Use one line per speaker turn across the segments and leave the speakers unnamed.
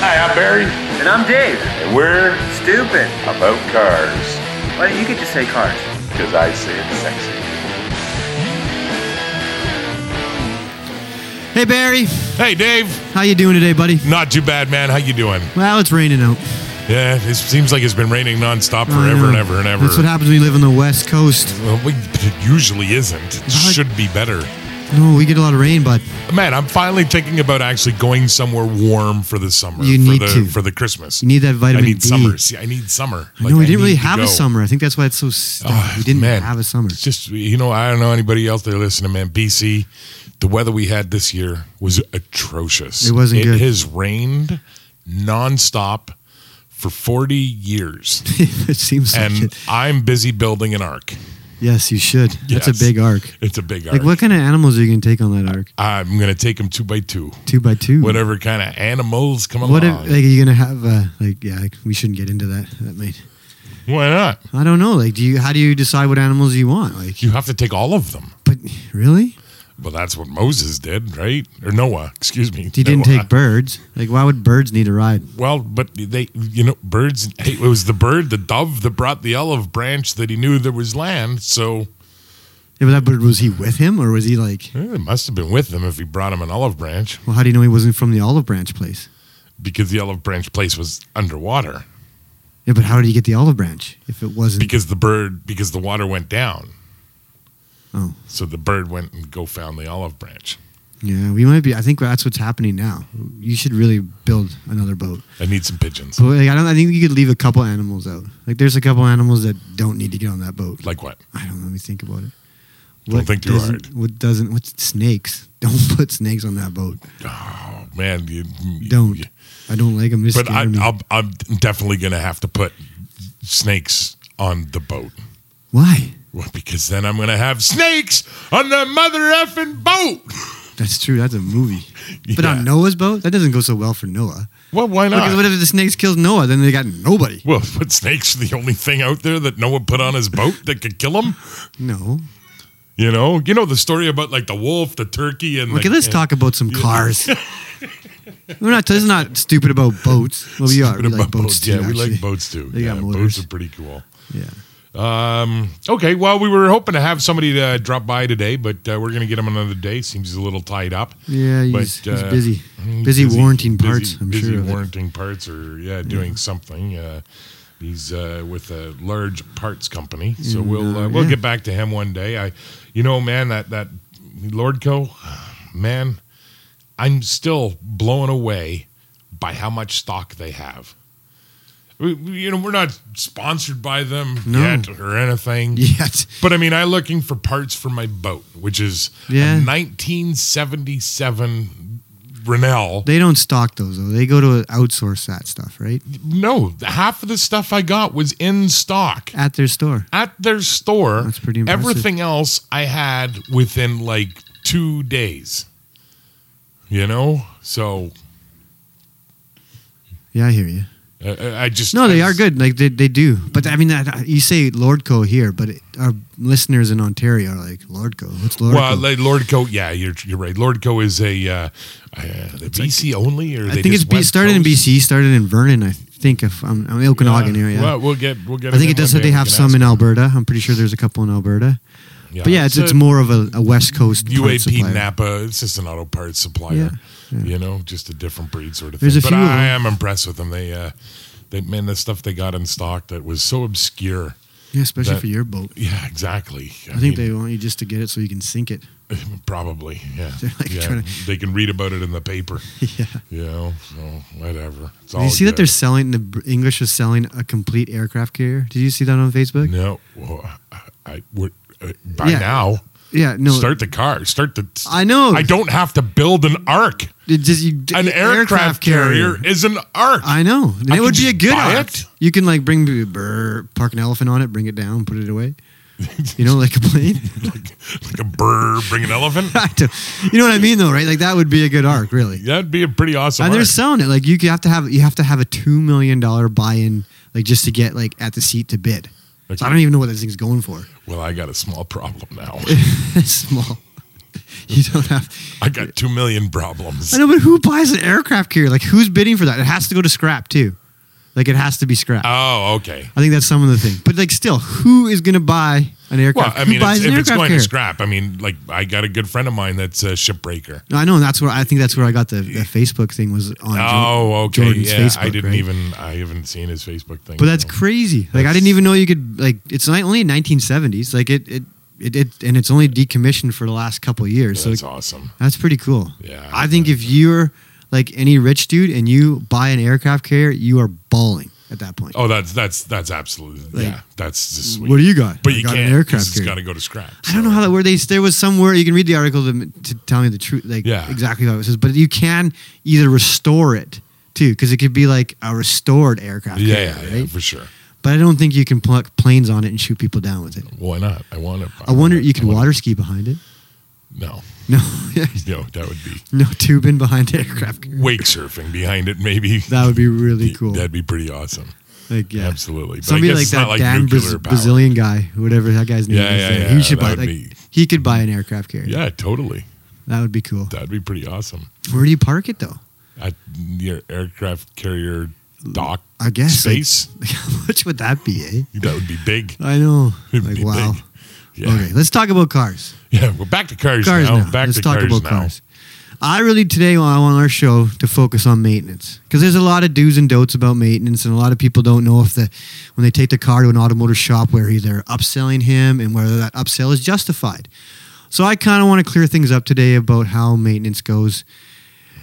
Hi, I'm Barry,
And I'm Dave.
and we're
Stupid.
about cars
Why don't you get to say cars?
because I say it's sexy.
Hey Barry,
Hey, Dave.
how you doing today, buddy?
Not too bad, man. How you doing?
Well, it's raining out.
Yeah, it seems like it's been raining nonstop
I
forever
know.
and ever and ever.
That's what happens when you live on the West Coast.
Well, we, it usually isn't. It should be better.
No, we get a lot of rain, but
Man, I'm finally thinking about actually going somewhere warm for the summer.
You
for
need
the,
to.
for the Christmas.
you need that
I
vitamin
need
D.
summer. See, I need summer.
No,
Like,
we
I
didn't really
need to
have a
go.
summer. I think that's why it's so. Stuck.
Oh,
we didn't
man.
have a summer.
It's just you know, I don't know anybody else that listening, man. BC, the weather we had this year was atrocious.
It wasn't
it
good.
has rained nonstop for 40 years.
it seems like
and
it.
I'm busy building an ark.
Yes, you should. That's
Yes.
a big arc.
It's a big ark.
Like, what kind of animals are you going to take on that arc?
I'm going to take them two by two,
Two by two.
whatever kind of animals come
What if
along.
like are you gonna have uh, like yeah like, we shouldn't get into that that might
Why not?
I don't know like do you how do you decide what animals you want like
You have to take all of them.
but really
Well, that's what Moses did, right? Or Noah, excuse me.
you didn't
Noah.
take birds like why would birds need a ride
Well, but they, you know, birds. hey, It was the bird, the dove, that brought the olive branch that he knew there was land. So
Yeah, but that bird was he with him or was he like?
eh, it must have been with him if he brought him an olive branch,
Well, how do you know he wasn't from the olive branch place?
because the olive branch place was underwater,
Yeah, but how did he get the olive branch if it wasn't?
because the bird, because the water went down.
oh,
So the bird went and go found the olive branch.
yeah, we might be. I think that's what's happening now. You should really build another boat.
I need some pigeons.
But like, I don't. I think you could leave a couple animals out. Like, there's a couple animals that don't need to get on that boat.
Like what?
I don't know. Let me think about it.
Don't think too
doesn't-
hard.
What doesn't? What's snakes? Don't put snakes on that boat.
Oh man, you, you-
Don't.
you-
I don't like them. They
But I,
scare me.
I'll, I'm definitely gonna have to put snakes on the boat.
Why?
Well, because then I'm gonna have snakes on the mother effing boat.
That's true. That's a movie. But
Yeah.
on Noah's boat, that doesn't go so well for Noah.
Well, why
Because
not?
what if the snakes kills Noah? Then they got nobody.
Ah, well, but snakes are the only thing out there that Noah put on his boat that could kill him.
No.
You know, you know the story about like the wolf, the turkey, and
Okay,
the,
let's talk about some cars. We're not. This is not stupid about boats. Well, we are.
Bit
We
about
like boats, too.
Yeah, we
actually.
like boats too.
They
yeah,
got
boats
motors.
are pretty cool.
Yeah.
Um, okay, well, we were hoping to have somebody to drop by today, but uh, we're going to get him another day. Seems he's a little tied up. uh,
Yeah, he's- he's busy.
he's
Busy warranting parts,
Busy,
I'm
busy
sure of it.
warranting parts, or yeah, doing something. Uh, he's uh, with a large parts company, so we'll uh, we'll
yeah.
get back to him one day. I, you know, man, that that Lordco, man, I'm still blown away by how much stock they have. We, we- you know, we're not sponsored by them
No.
yet or anything.
Yet.
But I mean, I'm looking for parts for my boat, which is
Yeah.
a 1977 Rennell.
They don't stock those though. They go to outsource that stuff, right?
No, half of the stuff I got was in stock
At their store.
at their store.
That's pretty impressive.
Everything else I had within like two days. You know, so
Yeah, I hear you.
uh, I just
No, they
I
are
just-
good. Like they, they do. But I mean, that you say Lordco here, but it, our listeners in Ontario are like Lordco. What's Lordco?
Well, like Lordco, yeah, you're you're right. Lordco is a uh, uh, the BC only, or
I think it's B,
B,
started in BC, started in Vernon, I think. If I'm, I'm Okanagan area.
Well, we'll get we'll get.
I think
him
it does
one
say
day.
they
We
have
can
some
ask
in
him.
Alberta. I'm pretty sure there's a couple in Alberta.
Yeah,
but yeah, it's, it's
a
more of a, a West Coast part
UAP
supplier.
Napa. It's just an auto parts supplier. You know, just a different breed sort of
There's
thing.
a
but
few of
I
them.
am impressed with them. They uh, they man, the stuff they got in stock that was so obscure.
Yeah, especially
that-
for your boat.
Yeah, exactly.
I think they want you just to get it so you can sink it.
they probably yeah.
They're like
yeah.
trying
They can read about it in the paper.
Yeah.
You know, so whatever. It's
Did
all
you see that
good.
they're selling the Br- English is selling a complete aircraft carrier? Did you see that on Facebook?
No, well, I, I would uh, by
Yeah.
now
Yeah, no.
start the car. Start the.
I know.
I don't have to build an arc.
It just, you,
An aircraft, carrier. is an arc.
I know. And
I
it
can
would be
just
a good
buy
arc.
it.
You can like bring brr, park an elephant on it, bring it down, put it away. You know, like a plane.
like a burr, bring an elephant.
I don't- you know what I mean, though, right? Like that would be a good arc, really.
That'd be a pretty awesome.
And they're
arc.
selling it like you have to have you have to have a two million dollar buy in, like just to get like at the seat to bid. So I don't even know what this thing's going for.
well, I got a small problem now.
It's small. you don't have.
I got two million problems.
I know, but who buys an aircraft carrier? Like, who's bidding for that? It has to go to scrap too. Like, it has to be scrap.
Oh, okay.
I think that's some of the thing. But like, still, who is going to buy an
Well,
aircraft?
I
who
mean, it's,
buys an
if it's
aircraft
going
carrier?
to scrap, I mean, like I got a good friend of mine that's a shipbreaker.
No, I know, and that's where I think that's where I got the, the Facebook thing was on. Jo-
Oh, okay.
Jordan's
yeah,
Facebook,
I didn't
right?
even. I haven't seen his Facebook thing.
But that's
so.
crazy. Like I didn't even know you could like. It's not only 1970s. Like it it it, it and it's only decommissioned for the last couple of years. so
That's
like,
awesome.
that's pretty cool.
Yeah,
I think if you're like any rich dude and you buy an aircraft carrier, you are balling at that point.
Oh, that's that's that's absolutely.
Like,
yeah, that's just sweet.
what do you got?
But
I
you
got an
can't.
aircraft
It's
carrier.
got to go to scrap.
I don't know
so-
how that where they there was somewhere you can read the article to, to tell me the truth like
Yeah.
exactly how it says but you can either restore it too because it could be like a restored aircraft
Yeah,
carrier,
yeah,
right?
yeah, for sure.
but I don't think you can pluck planes on it and shoot people down with it
Why not? I want to.
I wonder you could water ski behind it
No,
no
no, that would be
no tubing behind the aircraft carrier.
wake surfing behind it. Maybe
that would be really cool
That'd be pretty awesome.
like yeah
Absolutely. But
somebody
I guess
like
it's not
that
like
Dan
nuclear
Braz-
power.
Brazilian guy whatever that guy's name
Yeah,
is
yeah,
there.
yeah,
he should
that
buy
would
like
be-
he could buy an aircraft carrier
Yeah, totally.
that would be cool
That'd be pretty awesome.
where do you park it though
At your aircraft carrier dock
I guess like,
space,
How much would that be, eh?
that would be big.
I know.
It'd
like,
be
wow.
big. Yeah.
Okay, let's talk about cars.
Yeah, well, back to cars,
Cars
now.
now.
Back
let's
to
talk
cars
about
now.
cars. I really today I want our show to focus on maintenance because there's a lot of do's and don'ts about maintenance, and a lot of people don't know if the when they take the car to an automotive shop where they're upselling him and whether that upsell is justified. So I kind of want to clear things up today about how maintenance goes,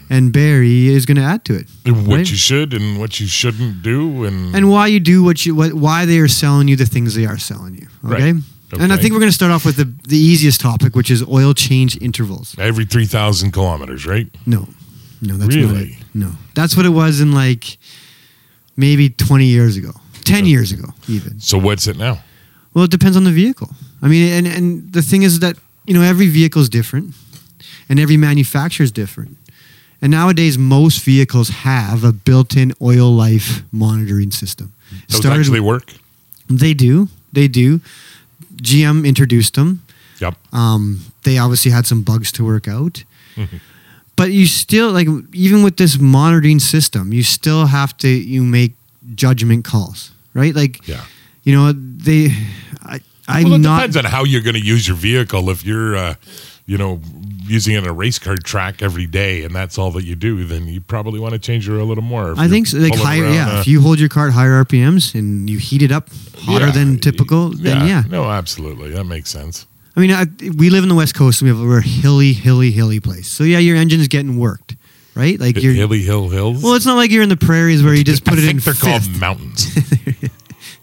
and Barry is going to add to it.
And What
right?
you should and what you shouldn't do, and,
and why you do what you what, why they are selling you the things they are selling you. Okay.
Right.
And I
Okay.
think we're going to start off with the, the easiest topic, which is oil change intervals.
every three thousand kilometers, right?
No, no, that's not it.
Really?
No, that's what it was in like maybe 20 years ago, 10 years ago, even.
So what's it now?
Well, it depends on the vehicle. I mean, and, and the thing is that, you know, every vehicle is different and every manufacturer is different. And nowadays, most vehicles have a built in oil life monitoring system.
Does it
Started-
actually work?
they do. They do. GM introduced them.
Yep.
Um, they obviously had some bugs to work out.
Mm-hmm.
but you still like even with this monitoring system, you still have to you make judgment calls, right? Like
Yeah.
you know, they I I'm
Well, it
not
depends on how you're going to use your vehicle. If you're, uh, you know, using it on a race car track every day, and that's all that you do, then you probably want to change your oil a little more. If
I
you're
think so, like
pulling
higher
around,
yeah,
uh,
if you hold your car at higher RPMs and you heat it up hotter
yeah,
than typical, then yeah.
no, absolutely, that makes sense.
I mean, I, we live in the West Coast and we have we're a hilly, hilly, hilly place. So yeah, your engine's getting worked, right? Like you're
Hilly Hill Hills.
Well, it's not like you're in the prairies where you just put
I
it
think
in
they're
fifth.
called mountains.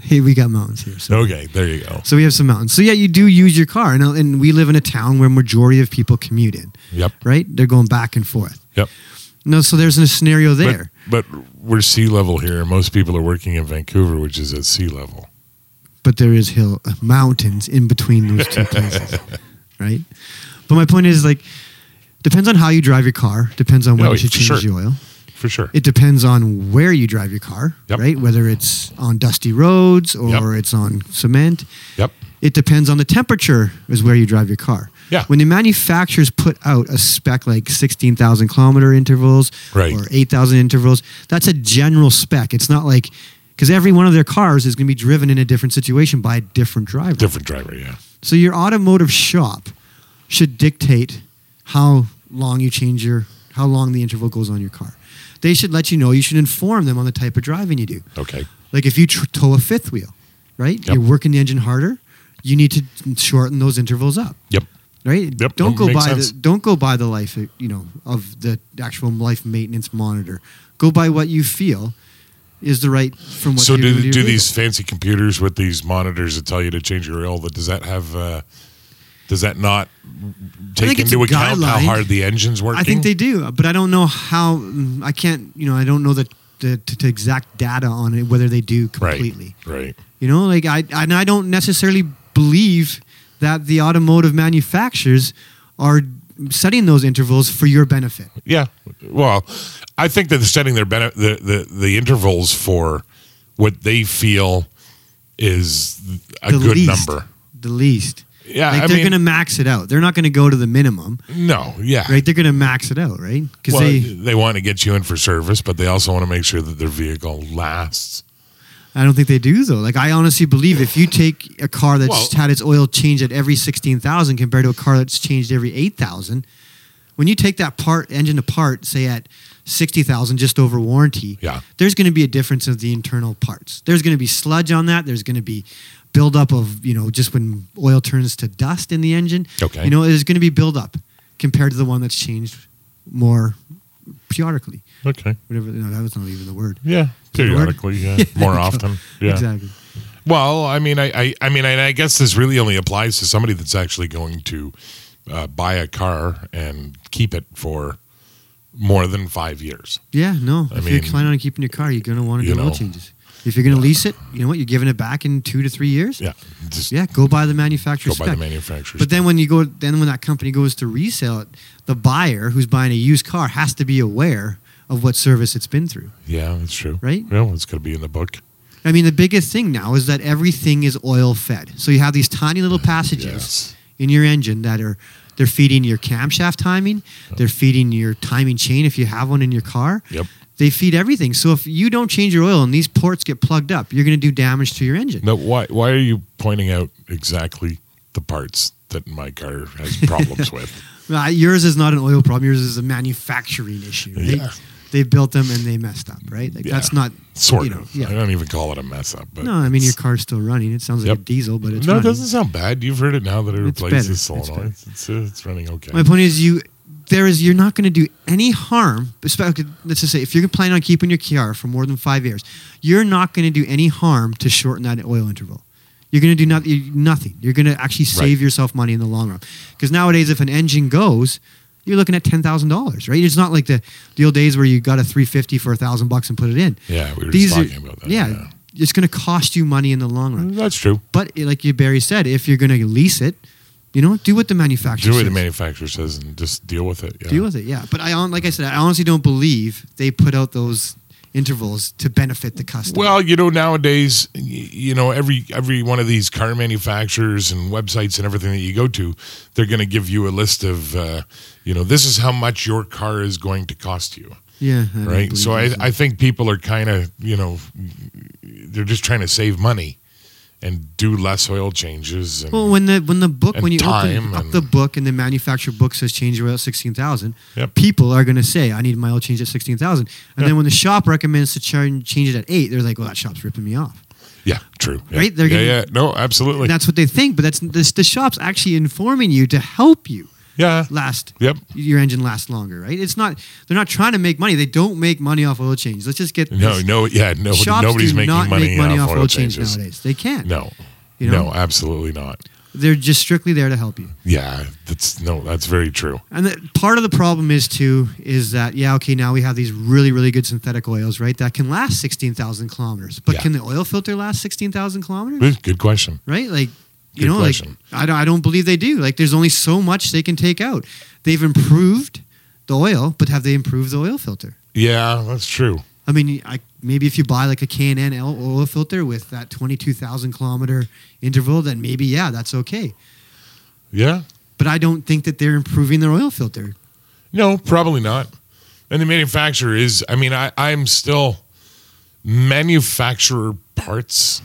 hey, we got mountains here, so
okay, there you go.
so we have some mountains. So yeah, you do use your car, and and we live in a town where majority of people commute in,
Yep,
right? They're going back and forth.
yep.
No, so there's a scenario
But-
there.
But, we're sea level here. Most people are working in Vancouver, which is at sea level.
but there is hill uh, mountains in between those two places, right? But my point is like depends on how you drive your car, depends on when
Oh,
you should
for
change
sure.
the oil.
For sure.
It depends on where you drive your car,
Yep.
right? Whether it's on dusty roads or
Yep.
it's on cement.
yep.
It depends on the temperature is where you drive your car.
Yeah.
When the manufacturers put out a spec like 16,000 kilometer intervals
Right.
or 8,000 intervals, that's a general spec. It's not like because every one of their cars is going to be driven in a different situation by a different driver.
Different driver, yeah.
So your automotive shop should dictate how long you change your how long the interval goes on your car. They should let you know. You should inform them on the type of driving you do.
Okay.
Like if you tr- tow a fifth wheel, right?
Yep.
You're working the engine harder. You need to shorten those intervals up,
Yep.
right?
Yep,
Don't
that
go
makes
by
sense.
the don't go by the life uh, you know of the actual life maintenance monitor. Go by what you feel is the right from what.
So
you're doing to
do,
your
do
vehicle.
these fancy computers with these monitors that tell you to change your oil? That does that have? Uh, does that not take
think it's
into
a
account how
guideline.
hard the engine's working?
I think they do, but I don't know how. mm, I can't. You know, I don't know the the, the, the exact data on it whether they do
right.
completely.
Right.
You know, like I and I don't necessarily believe that the automotive manufacturers are setting those intervals for your benefit.
Yeah. Well, I think that they're setting their bene- the, the the intervals for what they feel is a
The
good
least,
number.
The least.
Yeah,
Like
I
they're
mean,
going to max it out. They're not going to go to the minimum,
no, yeah,
right? They're going to max it out, right? Because
Well,
they,
want to get you in for service, but they also want to make sure that their vehicle lasts.
I don't think they do though. Like I honestly believe if you take a car that's
Well-
had its oil changed at every sixteen thousand compared to a car that's changed every eight thousand, when you take that part engine apart, say at sixty thousand, just over warranty,
Yeah.
there's going to be a difference of the internal parts. There's going to be sludge on that. There's going to be buildup of you know just when oil turns to dust in the engine.
Okay.
you know there's going to be buildup compared to the one that's changed more periodically.
Okay.
Whatever no, that was not even the word.
Yeah. Periodically, yeah. More often. Yeah.
Exactly.
Well, I mean, I, I, I mean, and I guess this really only applies to somebody that's actually going to uh, buy a car and keep it for more than five years.
Yeah, no.
I
if you're
mean,
planning on keeping your car, you're going to want to
you
do oil
know.
changes. If you're going to lease it, you know what? You're giving it back in two to three years.
Yeah. Just
Yeah, go buy the manufacturer's
go by the
spec.
manufacturer's.
but then when you go, then when that company goes to resell it, the buyer who's buying a used car has to be aware of what service it's been through.
yeah, that's true.
Right?
Well, it's going to be in the book.
I mean, the biggest thing now is that everything is oil fed. So you have these tiny little passages
Yes.
in your engine that are they're feeding your camshaft timing, they're feeding your timing chain if you have one in your car.
Yep.
They feed everything. So if you don't change your oil and these ports get plugged up, you're going to do damage to your engine.
No, why? Why are you pointing out exactly the parts that my car has problems with?
Uh, yours is not an oil problem. Yours is a manufacturing issue. Right?
Yeah.
They built them and they messed up, right? Like
Yeah.
that's not
Sort
you know,
of. I
Yeah.
don't even call it a mess up. But
No, I mean
it's-
your car's still running. It sounds like a
Yep.
diesel, but it's
no, it
running.
doesn't sound bad. You've heard it now that it
It's better.
replaces the
It's
solenoid.
better.
It's, it's, it's running okay.
My point is, you there is you're not going to do any harm. espe- okay, Let's just say if you're planning on keeping your car for more than five years, you're not going to do any harm to shorten that oil interval. You're going to do not, you- nothing. You're going to actually save
Right.
yourself money in the long run. Because nowadays, if an engine goes, you're looking at ten thousand dollars, right? It's not like the, the old days where you got a three fifty for a thousand bucks and put it in.
yeah, we were
These
just
are-
talking about that.
yeah, it's going to cost you money in the long run.
that's true.
But eh, like you Barry said, if you're going to lease it, you know, do what the manufacturer
Do what the
says
manufacturer says and just deal with it. Yeah.
deal with it. Yeah, but I hon- like I said, I honestly don't believe they put out those intervals to benefit the customer.
Well, you know, nowadays, y- you know, every every one of these car manufacturers and websites and everything that you go to, they're going to give you a list of, uh, you know, this is how much your car is going to cost you,
yeah, I don't
right?
believe
So I,
those.
I think people are kind of, you know, they're just trying to save money and do less oil changes. And,
well, when the when the book
and
when you
time
open up
and-
the book and the manufacturer book says change your oil at sixteen thousand,
Yep.
people are going to say I need my oil change at sixteen thousand, and then when the shop recommends to ch- change it at eight, they're like, well, that shop's ripping me off.
yeah, true. Yeah.
Right? They're
yeah,
gonna-
yeah. No, absolutely.
that's what they think, but that's this, the shop's actually informing you to help you
Yeah.
last.
Yep.
Your engine lasts longer, right? It's not. They're not trying to make money. They don't make money off oil change. Let's just get
No,
this-
no, yeah, no,
shops
nobody's
do
making
not
money,
make money off, oil change
changes.
nowadays. They can't.
No,
You know?
no, absolutely not.
They're just strictly there to help you.
Yeah, that's no, that's very true.
And the, part of the problem is too is that yeah, okay, now we have these really really good synthetic oils, right? That can last sixteen thousand kilometers, but
Yeah.
can the oil filter last sixteen thousand kilometers?
Good good question.
Right? Like. You
Good
know,
question.
like I don't, I don't believe they do. Like, there's only so much they can take out. They've improved the oil, but have they improved the oil filter?
Yeah, that's true.
I mean, I, maybe if you buy like a K&N L oil filter with that 22,000 kilometer interval, then maybe, yeah, that's okay.
Yeah,
But I don't think that they're improving their oil filter.
no, probably not. And the manufacturer is. I mean, I I'm still manufacturer parts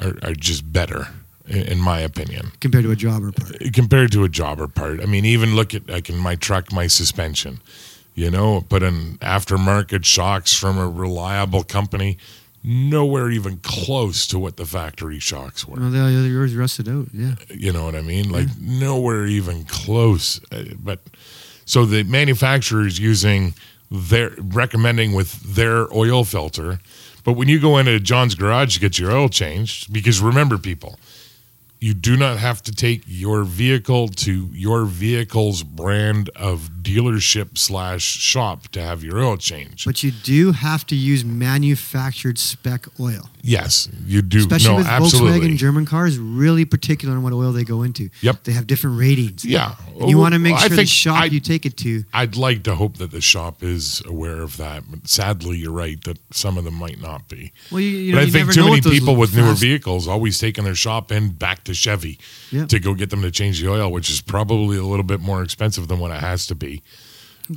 are are just better in, in my opinion
Compared to a jobber part,
compared to a jobber part. I mean, even look at like in my truck, my suspension. You know, put in aftermarket shocks from a reliable company, nowhere even close to what the factory shocks were.
well, they, yours rusted out. Yeah,
You know what I mean? Like
Mm-hmm.
nowhere even close. Uh, But so the manufacturer's using their recommending with their oil filter. But when you go into John's garage to get your oil changed, because remember, people, you do not have to take your vehicle to your vehicle's brand of dealership slash shop to have your oil changed.
but you do have to use manufactured spec oil,
yes, you do.
especially
no,
with
absolutely.
Volkswagen German cars. Really particular on what oil they go into.
Yep.
they have different ratings.
yeah,
and you want to make
I
sure the
think
shop
I-
you take it to.
I'd like to hope that the shop is aware of that, but sadly, you're right that some of them might not be.
Well, you, you
but
know,
I
you
think
never
too
know
many
with those
people with newer
fast-
vehicles always taking their shop in back to Chevy
Yeah.
to go get them to change the oil, which is probably a little bit more expensive than what it has to be.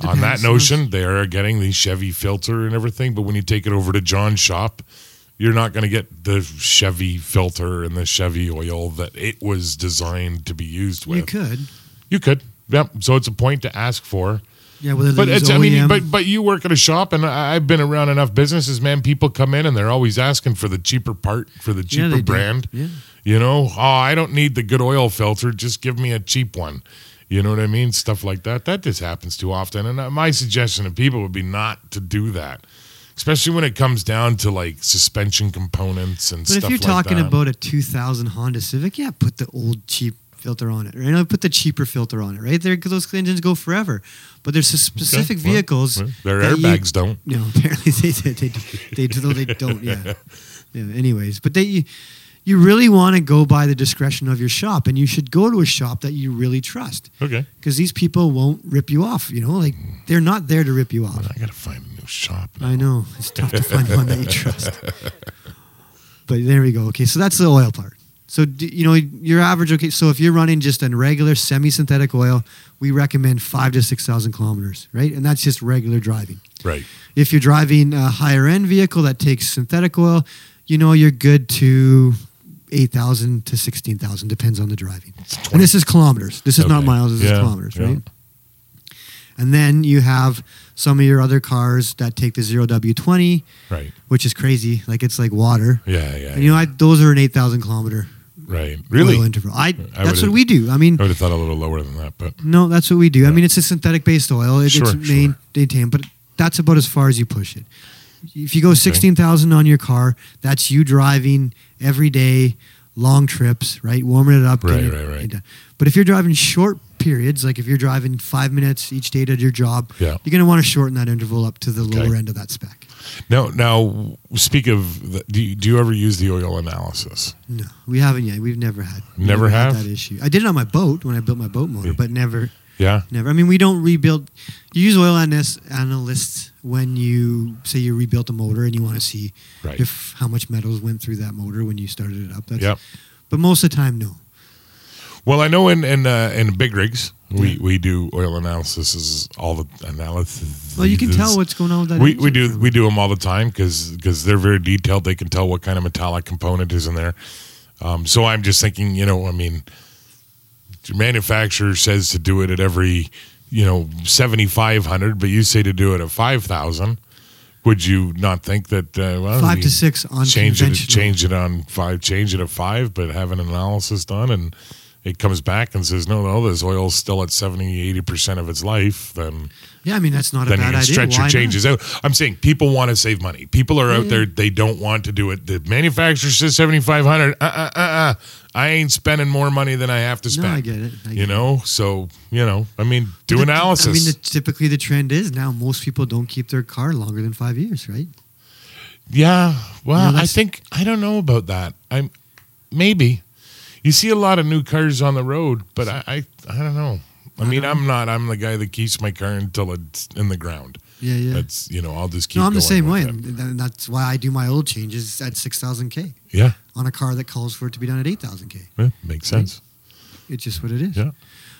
On that
Depends.
notion, they are getting the Chevy filter and everything, but when you take it over to John's shop, you're not going to get the Chevy filter and the Chevy oil that it was designed to be used with.
You could.
You could. Yep. So it's a point to ask for.
Yeah, whether
But
they use E
it's, I mean,
OEM
but but you work at a shop, and I, I've been around enough businesses, man. People come in and they're always asking for the cheaper part, for the
Yeah,
cheaper
they do.
brand.
Yeah.
You know, oh, I don't need the good oil filter. Just give me a cheap one. You know what I mean? Stuff like that. That just happens too often. And uh, my suggestion to people would be not to do that, especially when it comes down to like suspension components and
But
stuff
if you're
like
talking
that.
about a 2000 Honda Civic, yeah, put the old cheap filter on it, right? Now put the cheaper filter on it, right? There, 'cause those engines go forever. But there's s- specific
well,
vehicles.
well, their
that you-
airbags don't.
No, apparently they they they, they, do- though they don't. Yeah. yeah. Anyways, but they. You, you really want to go by the discretion of your shop, and you should go to a shop that you really trust,
okay,
because these people won't rip you off. You know, like they're not there to rip you off.
I gotta find a new shop. now.
I know. It's tough to find one that you trust. But there we go. Okay, so that's the oil part. So d- you know your average. Okay, so if you're running just a regular semi-synthetic oil, we recommend five to six thousand kilometers, right? And that's just regular driving.
Right.
If you're driving a higher end vehicle that takes synthetic oil, you know you're good to eight thousand to sixteen thousand, depends on the driving. And this is kilometers. This is not
Okay.
miles. This
Yeah,
is kilometers,
yeah.
right? And then you have some of your other cars that take the zero W twenty,
Right.
which is crazy. Like it's like water.
Yeah. Yeah.
And you know, I, those are an eight thousand kilometer
right. Really.
oil interval. I, that's
would've-
what we do. I mean,
I would have thought a little lower than that, but
no, that's what we do. I mean, it's a synthetic based oil. It,
Sure,
it's main,
sure.
maintained, but that's about as far as you push it. If you go sixteen thousand on your car, that's you driving every day, long trips, right? Warming it up.
Right,
getting it-
right, right.
getting it done. But if you're driving short periods, like if you're driving five minutes each day to your job,
Yeah.
you're going to want to shorten that interval up to the
Okay.
lower end of that spec.
now, now, speak of the, do you, do you ever use the oil analysis?
No, we haven't yet. We've never had we've
Never have?
had that issue. I did it on my boat when I built my boat motor, but never,
Yeah,
never. I mean, we don't rebuild. You use oil analysts, analysts when you say you rebuilt a motor and you want to see
Right.
if how much metals went through that motor when you started it up. That's,
Yep.
But most of the time, no.
Well, I know in in uh, in big rigs we, we do oil analysis all the analysis.
Well, you can tell what's going on with that.
we, we
engine
do
from
we
it.
do them all the time because they're very detailed. They can tell what kind of metallic component is in there. Um, so I'm just thinking, you know, I mean, your manufacturer says to do it at every, you know, seventy five hundred, but you say to do it at five thousand. Would you not think that uh, well,
Five
you
to six on
change it
conventional.
change it on five change it at five, but have an analysis done and it comes back and says no no this oil's still at 70 80 percent of its life then
Yeah, I mean that's not a
then
bad
you can
idea.
stretch
Why
your
not?
changes out. I'm saying people want to save money. People are out there; they don't want to do it. The manufacturer says 7,500. Uh, uh, uh, uh. I ain't spending more money than I have to
No,
spend.
I get it. I get
you
it.
know, so you know, I mean, do
The-
analysis.
I mean, the, typically the trend is now most people don't keep their car longer than five years, right?
Yeah.
You know,
Well, I
that's-
think I don't know about that. I'm maybe you see a lot of new cars on the road, but I I, I don't know. I mean, I'm not. I'm the guy that keeps my car until it's in the ground.
Yeah, yeah.
That's you know, I'll just keep.
no, I'm the
going
same
with
way,
it.
and th- and that's why I do my oil changes at six thousand k
Yeah,
on a car that calls for it to be done at eight thousand k.
yeah, makes sense.
It's just what it is.
Yeah.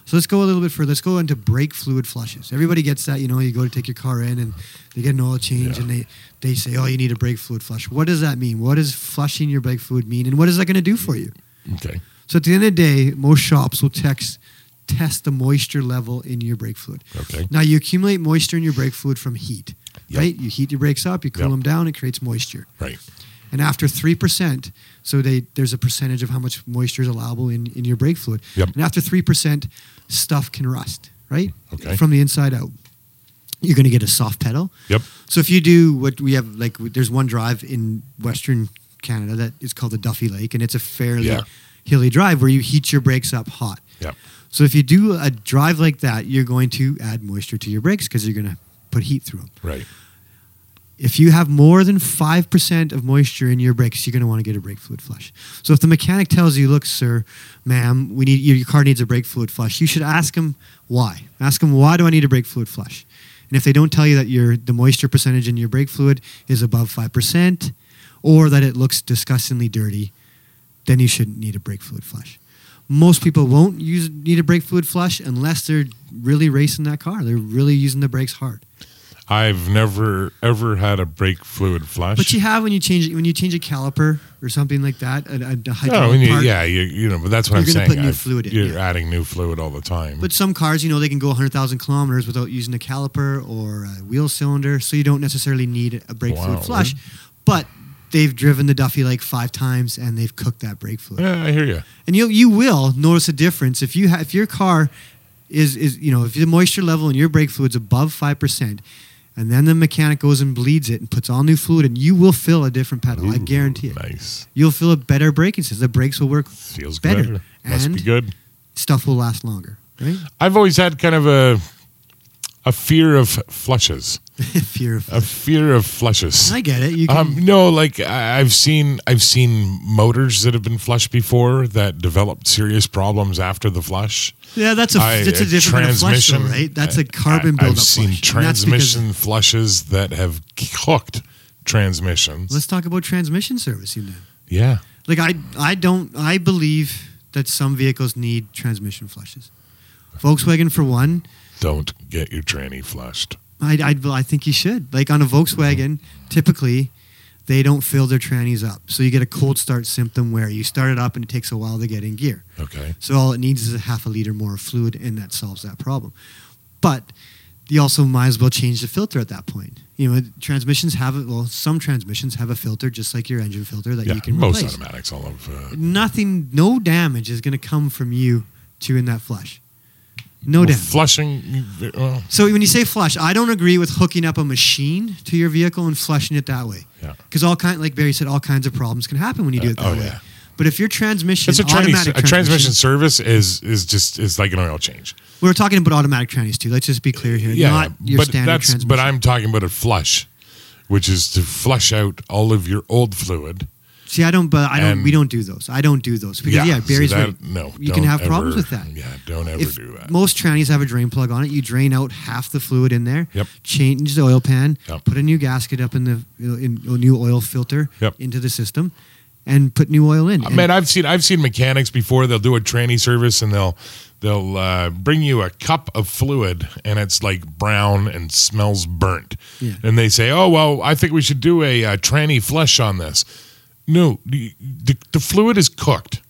So let's go a little bit further. Let's go into brake fluid flushes. Everybody gets that, you know, you go to take your car in and they get an oil change
Yeah.
and they, they say, oh, you need a brake fluid flush. What does that mean? What does flushing your brake fluid mean? And what is that going to do for you?
Okay.
So at the end of the day, most shops will text, test the moisture level in your brake fluid.
Okay.
Now you accumulate moisture in your brake fluid from heat,
Yep.
right? You heat your brakes up, you cool
Yep.
them down, it creates moisture.
Right.
And after three percent, so they there's a percentage of how much moisture is allowable in, in your brake fluid.
Yep.
And after three percent, stuff can rust, right?
Okay.
From the inside out. You're gonna get a soft pedal.
Yep.
So if you do what we have, like w- there's one drive in Western Canada that is called the Duffy Lake, and it's a fairly
Yeah.
hilly drive where you heat your brakes up hot.
Yep.
So if you do a drive like that, you're going to add moisture to your brakes because you're going to put heat through them.
Right.
If you have more than 5% of moisture in your brakes, you're going to want to get a brake fluid flush. So if the mechanic tells you, look, sir, ma'am, we need, your your car needs a brake fluid flush, you should ask him why. Ask him, why do I need a brake fluid flush? And if they don't tell you that your, the moisture percentage in your brake fluid is above 5% or that it looks disgustingly dirty, then you shouldn't need a brake fluid flush. Most people won't use need a brake fluid flush unless they're really racing that car. They're really using the brakes hard.
I've never ever had a brake fluid flush.
But you have when you change when you change a caliper or something like that, a, a, a
No,
hydraulic
Oh, when you,
part.
yeah, you, you know, but that's what
You're gonna
I'm saying.
put new
I've-
fluid in,
You're
yeah.
adding new fluid all the time.
But some cars, you know, they can go 100,000 kilometers without using a caliper or a wheel cylinder, so you don't necessarily need a brake
Wow.
fluid flush. But they've driven the Duffy like five times and they've cooked that brake fluid.
yeah, I hear you.
And you you will notice a difference if you ha- if your car is is you know if the moisture level in your brake fluid's above five percent, and then the mechanic goes and bleeds it and puts all new fluid in, you will feel a different pedal. I
Ooh,
guarantee it.
Nice.
You'll feel a better braking system. The brakes will work.
Feels
Better.
better. Must be
And-
good.
Stuff will last longer. Right?
I've always had kind of a a fear of flushes.
Fear of.
A fear of flushes.
I get it. You can,
Um, no, like I- I've seen, I've seen motors that have been flushed before that developed serious problems after the flush.
yeah, that's a
I-
that's a different kind of flush, though, right? That's a carbon
I,
buildup.
I've seen
flush. And that's because-
transmission flushes that have cooked transmissions.
Let's talk about transmission servicing then.
yeah,
Like I, I don't. I believe that some vehicles need transmission flushes. Volkswagen, for one,
don't get your tranny flushed.
I, I, I think you should. Like on a Volkswagen, typically, they don't fill their trannies up, so you get a cold start symptom where you start it up and it takes a while to get in gear.
Okay,
So all it needs is a half a liter more of fluid, and that solves that problem. But you also might as well change the filter at that point. You know, transmissions have a, well, some transmissions have a filter just like your engine filter that
yeah,
you can
most
replace
automatics all of. Uh,
nothing, no damage is going to come from you chewing that flush. No damage.
flushing. uh, Well,
so when you say flush, I don't agree with hooking up a machine to your vehicle and flushing it that way.
Yeah.
Because all kind, like Barry said, all kinds of problems can happen when you do
Uh,
it that
oh,
way.
yeah.
But if your transmission,
it's a, tranny,
automatic
a
transmission,
transmission service is is just is like an oil change.
we were talking about automatic trannies too. Let's just be clear here. not your
but
standard
that's
transmission.
but I'm talking about a flush, which is to flush out all of your old fluid.
See, I don't, but I don't.
And-
we don't do those. I don't do those because yeah,
so
Barry's
that-
right.
No,
you can
don't
have problems
ever-
with that.
Yeah, don't ever
if
do that.
Most trannies have a drain plug on it. You drain out half the fluid in there.
Yep.
Change the oil pan.
Yep.
Put a new gasket up in the in, a new oil filter
Yep.
into the system, and put new oil in.
Uh,
And-
Man, I've seen I've seen mechanics before. They'll do a tranny service and they'll they'll uh, bring you a cup of fluid and it's like brown and smells burnt.
Yeah.
And they say, "Oh well, I think we should do a, uh tranny flush on this." No, the, the, the fluid is cooked.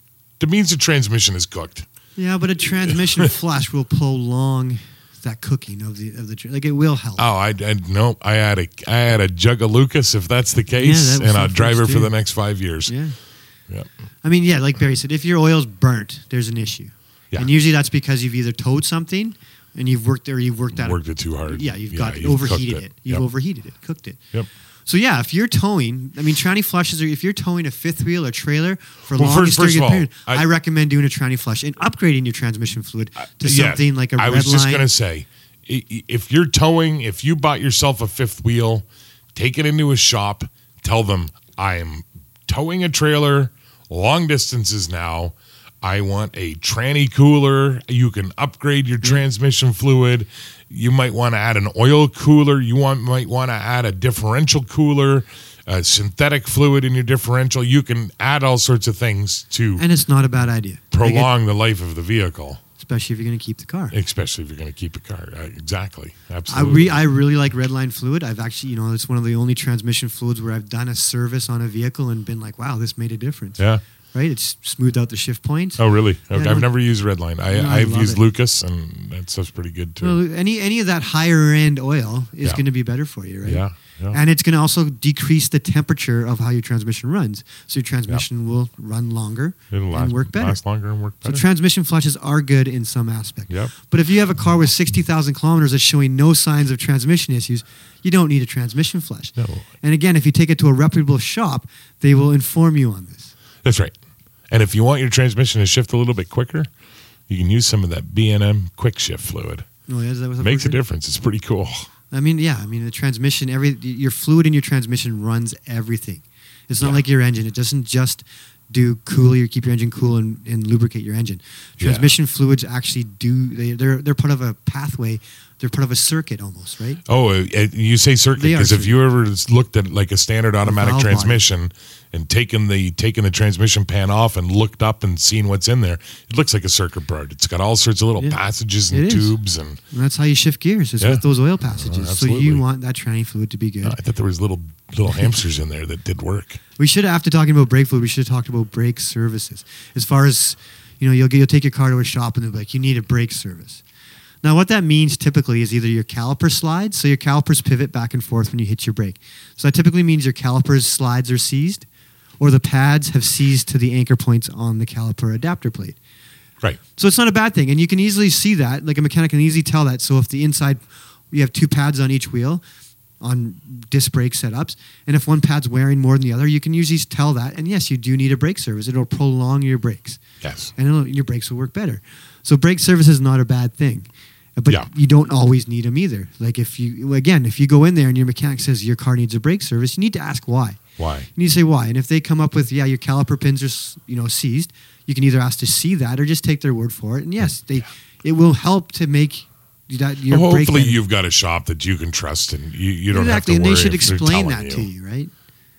That means the transmission is cooked.
yeah, but a transmission flush will prolong that cooking of the of the tr- like it will help.
Oh, I, I no, I had a I had a jug of Lucas if that's the
Yeah,
case,
that was
and
my
I'll drive her
first
for
too.
the next five years.
yeah.
Yep.
I mean, yeah, like Barry said, if your oil's burnt, there's an issue.
Yeah.
And usually that's because you've either towed something and you've worked there, you've worked out
Worked it too hard.
Yeah, you've got
you've cooked
overheated it. You've
Yep.
overheated it, cooked it.
Yep.
So yeah, if you're towing, I mean, tranny flushes are if you're towing a fifth wheel or trailer for
Well,
long
first- first
extended
of all,
period,
I- Uh,
I, recommend doing a tranny flush and upgrading your transmission fluid to
Yeah,
something like a
I
red
was just
line.
gonna say, i- i- if you're towing, if you bought yourself a fifth wheel, take it into a shop. Tell them I'm towing a trailer long distances now. I want a tranny cooler. You can upgrade your transmission fluid. You might want to add an oil cooler. You want might want to add a differential cooler, uh, synthetic fluid in your differential. You can add all sorts of things to
and it's not a bad idea, Like, it-
prolong the life of the vehicle
especially if you're going to keep the car.
especially if you're going to keep a car. Uh, exactly.
I,
Absolutely.
re- I really like red line fluid. I've actually, you know, it's one of the only transmission fluids where I've done a service on a vehicle and been like, wow, this made a difference.
yeah.
Right? It's smoothed out the shift points.
Oh, really? Okay.
no.
I've never used Redline. I,
No, I
I've
love
used
it.
Lucas, and that stuff's pretty good too.
Well, any any of that higher end oil is
Yeah.
going to be better for you, right?
Yeah, yeah.
And it's going to also decrease the temperature of how your transmission runs, so your transmission will run longer
It'll last,
and work better.
last longer and work
So
better.
transmission flushes are good in some aspect.
Yep.
But if you have a car with 60,000 kilometers that's showing no signs of transmission issues, you don't need a transmission flush.
No.
And again, if you take it to a reputable shop, they will inform you on this.
That's right. And if you want your transmission to shift a little bit quicker, you can use some of that BNM quick shift fluid.
Oh, yeah, is that what that
makes a
was?
difference. It's pretty cool.
I mean, yeah. I mean, the transmission, every your fluid in your transmission runs everything. It's not
Yeah.
like your engine. It doesn't just do cool your keep your engine cool and, and lubricate your engine. Transmission fluids actually do. They, they're they're part of a pathway. They're part of a circuit almost, right?
Oh, uh, uh, you say circuit
They are Oh,
because if
circuit.
you ever s- looked at like a standard automatic
valve body.
transmission, and taken the taken the transmission pan off and looked up and seen what's in there, it looks like a circuit board. It's got all sorts of little
Yeah.
passages
It
and
is.
tubes and
And that's how you shift gears is
Yeah.
with those oil passages.
Oh,
so
absolutely.
you want that tranny fluid to be good.
I thought there was little little hamsters in there that did work.
We should have, after talking about brake fluid, we should have talked about brake services. As far as you know, you'll get, you'll take your car to a shop and they'll be like, you need a brake service. Now, what that means typically is either your caliper slides, so your calipers pivot back and forth when you hit your brake. So that typically means your calipers slides are seized, or the pads have seized to the anchor points on the caliper adapter plate.
Right.
So it's not a bad thing, and you can easily see that. Like a mechanic can easily tell that. So if the inside, you have two pads on each wheel, on disc brake setups, and if one pad's wearing more than the other, you can usually tell that. And yes, you do need a brake service. It'll prolong your brakes,
Yes.
and it'll, your brakes will work better. So brake service is not a bad thing, but
Yeah.
you don't always need them either. Like if you again, if you go in there and your mechanic says your car needs a brake service, you need to ask why.
Why?
You need to say why. And if they come up with, yeah, your caliper pins are, s- you know, seized, you can either ask to see that or just take their word for it. And yes, they, it will help to make that your
Well,
brake
hopefully
better.
you've got a shop that you can trust and you, you don't
exactly.
have to
and
worry
they should
if they're
explain
telling
that to you, right?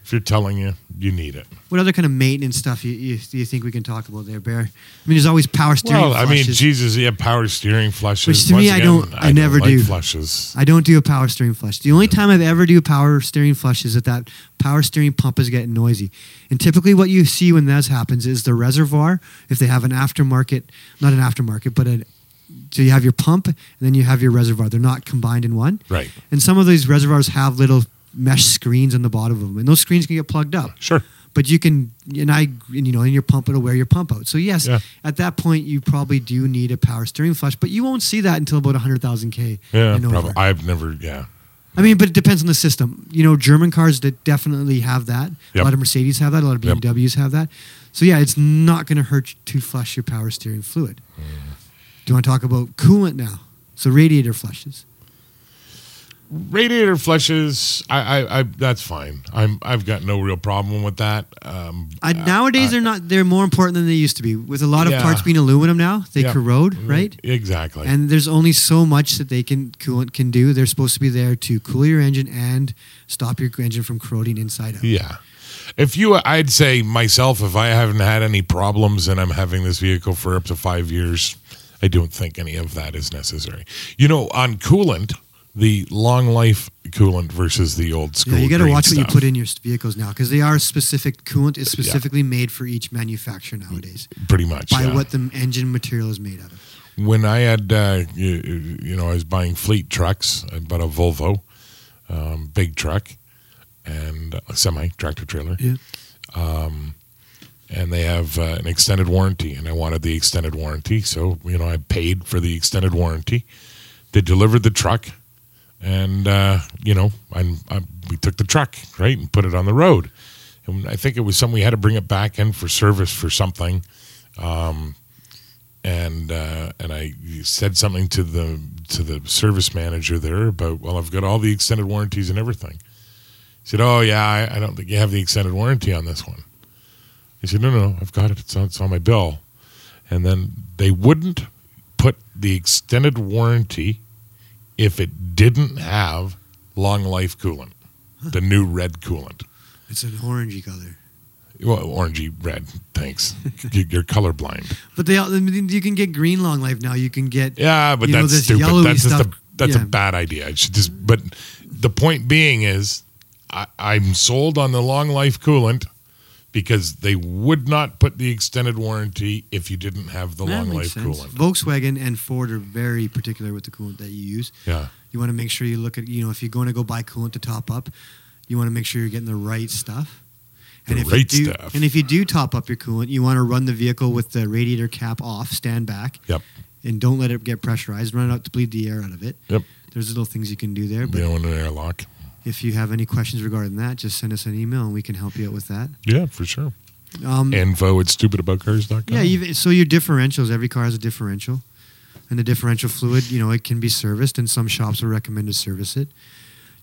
If you're telling you, you need it.
What other kind of maintenance stuff you, you, do you think we can talk about there, Bear? I mean, there's always power steering.
well, I mean,
flushes.
Jesus, yeah, power steering flushes.
Which to me, I don't- I never
like
do.
flushes.
I don't do a power steering flush. The only time I've ever do a power steering flush is that that power steering pump is getting noisy. And typically, what you see when that happens is the reservoir. If they have an aftermarket, not an aftermarket, but a so you have your pump and then you have your reservoir. They're not combined in one.
Right.
And some of these reservoirs have little mesh screens on the bottom of them, and those screens can get plugged up
Sure.
but you can and i and, you know in your pump it'll wear your pump out so yes
Yeah.
at that point you probably do need a power steering flush but you won't see that until about 100000 k
Yeah,
and over.
probably. I've never, yeah.
i mean but it depends on the system you know german cars that definitely have that
Yep.
a lot of mercedes have that a lot of
Yep.
bmws have that so yeah it's not going to hurt to flush your power steering fluid
Mm.
do you want to talk about coolant now so radiator flushes
Radiator flushes, I, I, I that's fine. I'm, I've got no real problem with that. Um,
I, nowadays they're not they're more important than they used to be with a lot of
Yeah.
parts being aluminum now they
yeah. Mm-hmm.
corrode right
Exactly.
And there's only so much that they can coolant can do. They're supposed to be there to cool your engine and stop your engine from corroding inside out.
Yeah. If you, I'd say myself, if I haven't had any problems and I'm having this vehicle for up to five years, I don't think any of that is necessary. You know, on coolant, the long life coolant versus the old school.
Yeah, you got to
green
watch what you
stuff.
put in your s- vehicles now because they are specific. Coolant is specifically made for each manufacturer nowadays
Pretty much.
by
yeah.
what the engine material is made out of.
when I had, uh, you, you know, I was buying fleet trucks. I bought a Volvo, um, big truck, and a semi tractor trailer.
Yeah.
and they have uh, an extended warranty and i wanted the extended warranty so you know i paid for the extended warranty they delivered the truck and uh, you know I, I, we took the truck right and put it on the road and i think it was something we had to bring it back in for service for something um, and uh, and i said something to the to the service manager there about well i've got all the extended warranties and everything he said oh yeah I, I don't think you have the extended warranty on this one he said, "No, no, no, I've got it. It's on, it's on my bill." And then they wouldn't put the extended warranty if it didn't have long life coolant, the new red coolant,
It's an orangey color.
well, orangey red. Thanks, You- you're colorblind.
But they all, I mean, you can get green long life now. You can get
Yeah, but
You know,
that's
this
stupid.
yellowy
That's just a
stuff-
that's
yeah.
a bad idea. I should just. But the point being is, I, I'm sold on the long life coolant because they would not put the extended warranty if you didn't have the
That
long life
makes sense.
coolant.
Volkswagen and Ford are very particular with the coolant that you use.
Yeah.
You want to make sure you look at, you know, if you're going to go buy coolant to top up, you want to make sure you're getting the right stuff.
The
if
right
you do,
stuff.
And if you do top up your coolant, you want to run the vehicle with the radiator cap off, stand back,
Yep.
and don't let it get pressurized. Run it out to bleed the air out of it.
Yep.
There's little things you can do there. But
You know, in an airlock.
if you have any questions regarding that, just send us an email and we can help you out with that.
Yeah, for sure.
Um,
Info at stupidaboutcars.com.
Yeah, even, so your differentials, every car has a differential. And the differential fluid, you know, it can be serviced and some shops will recommend to service it.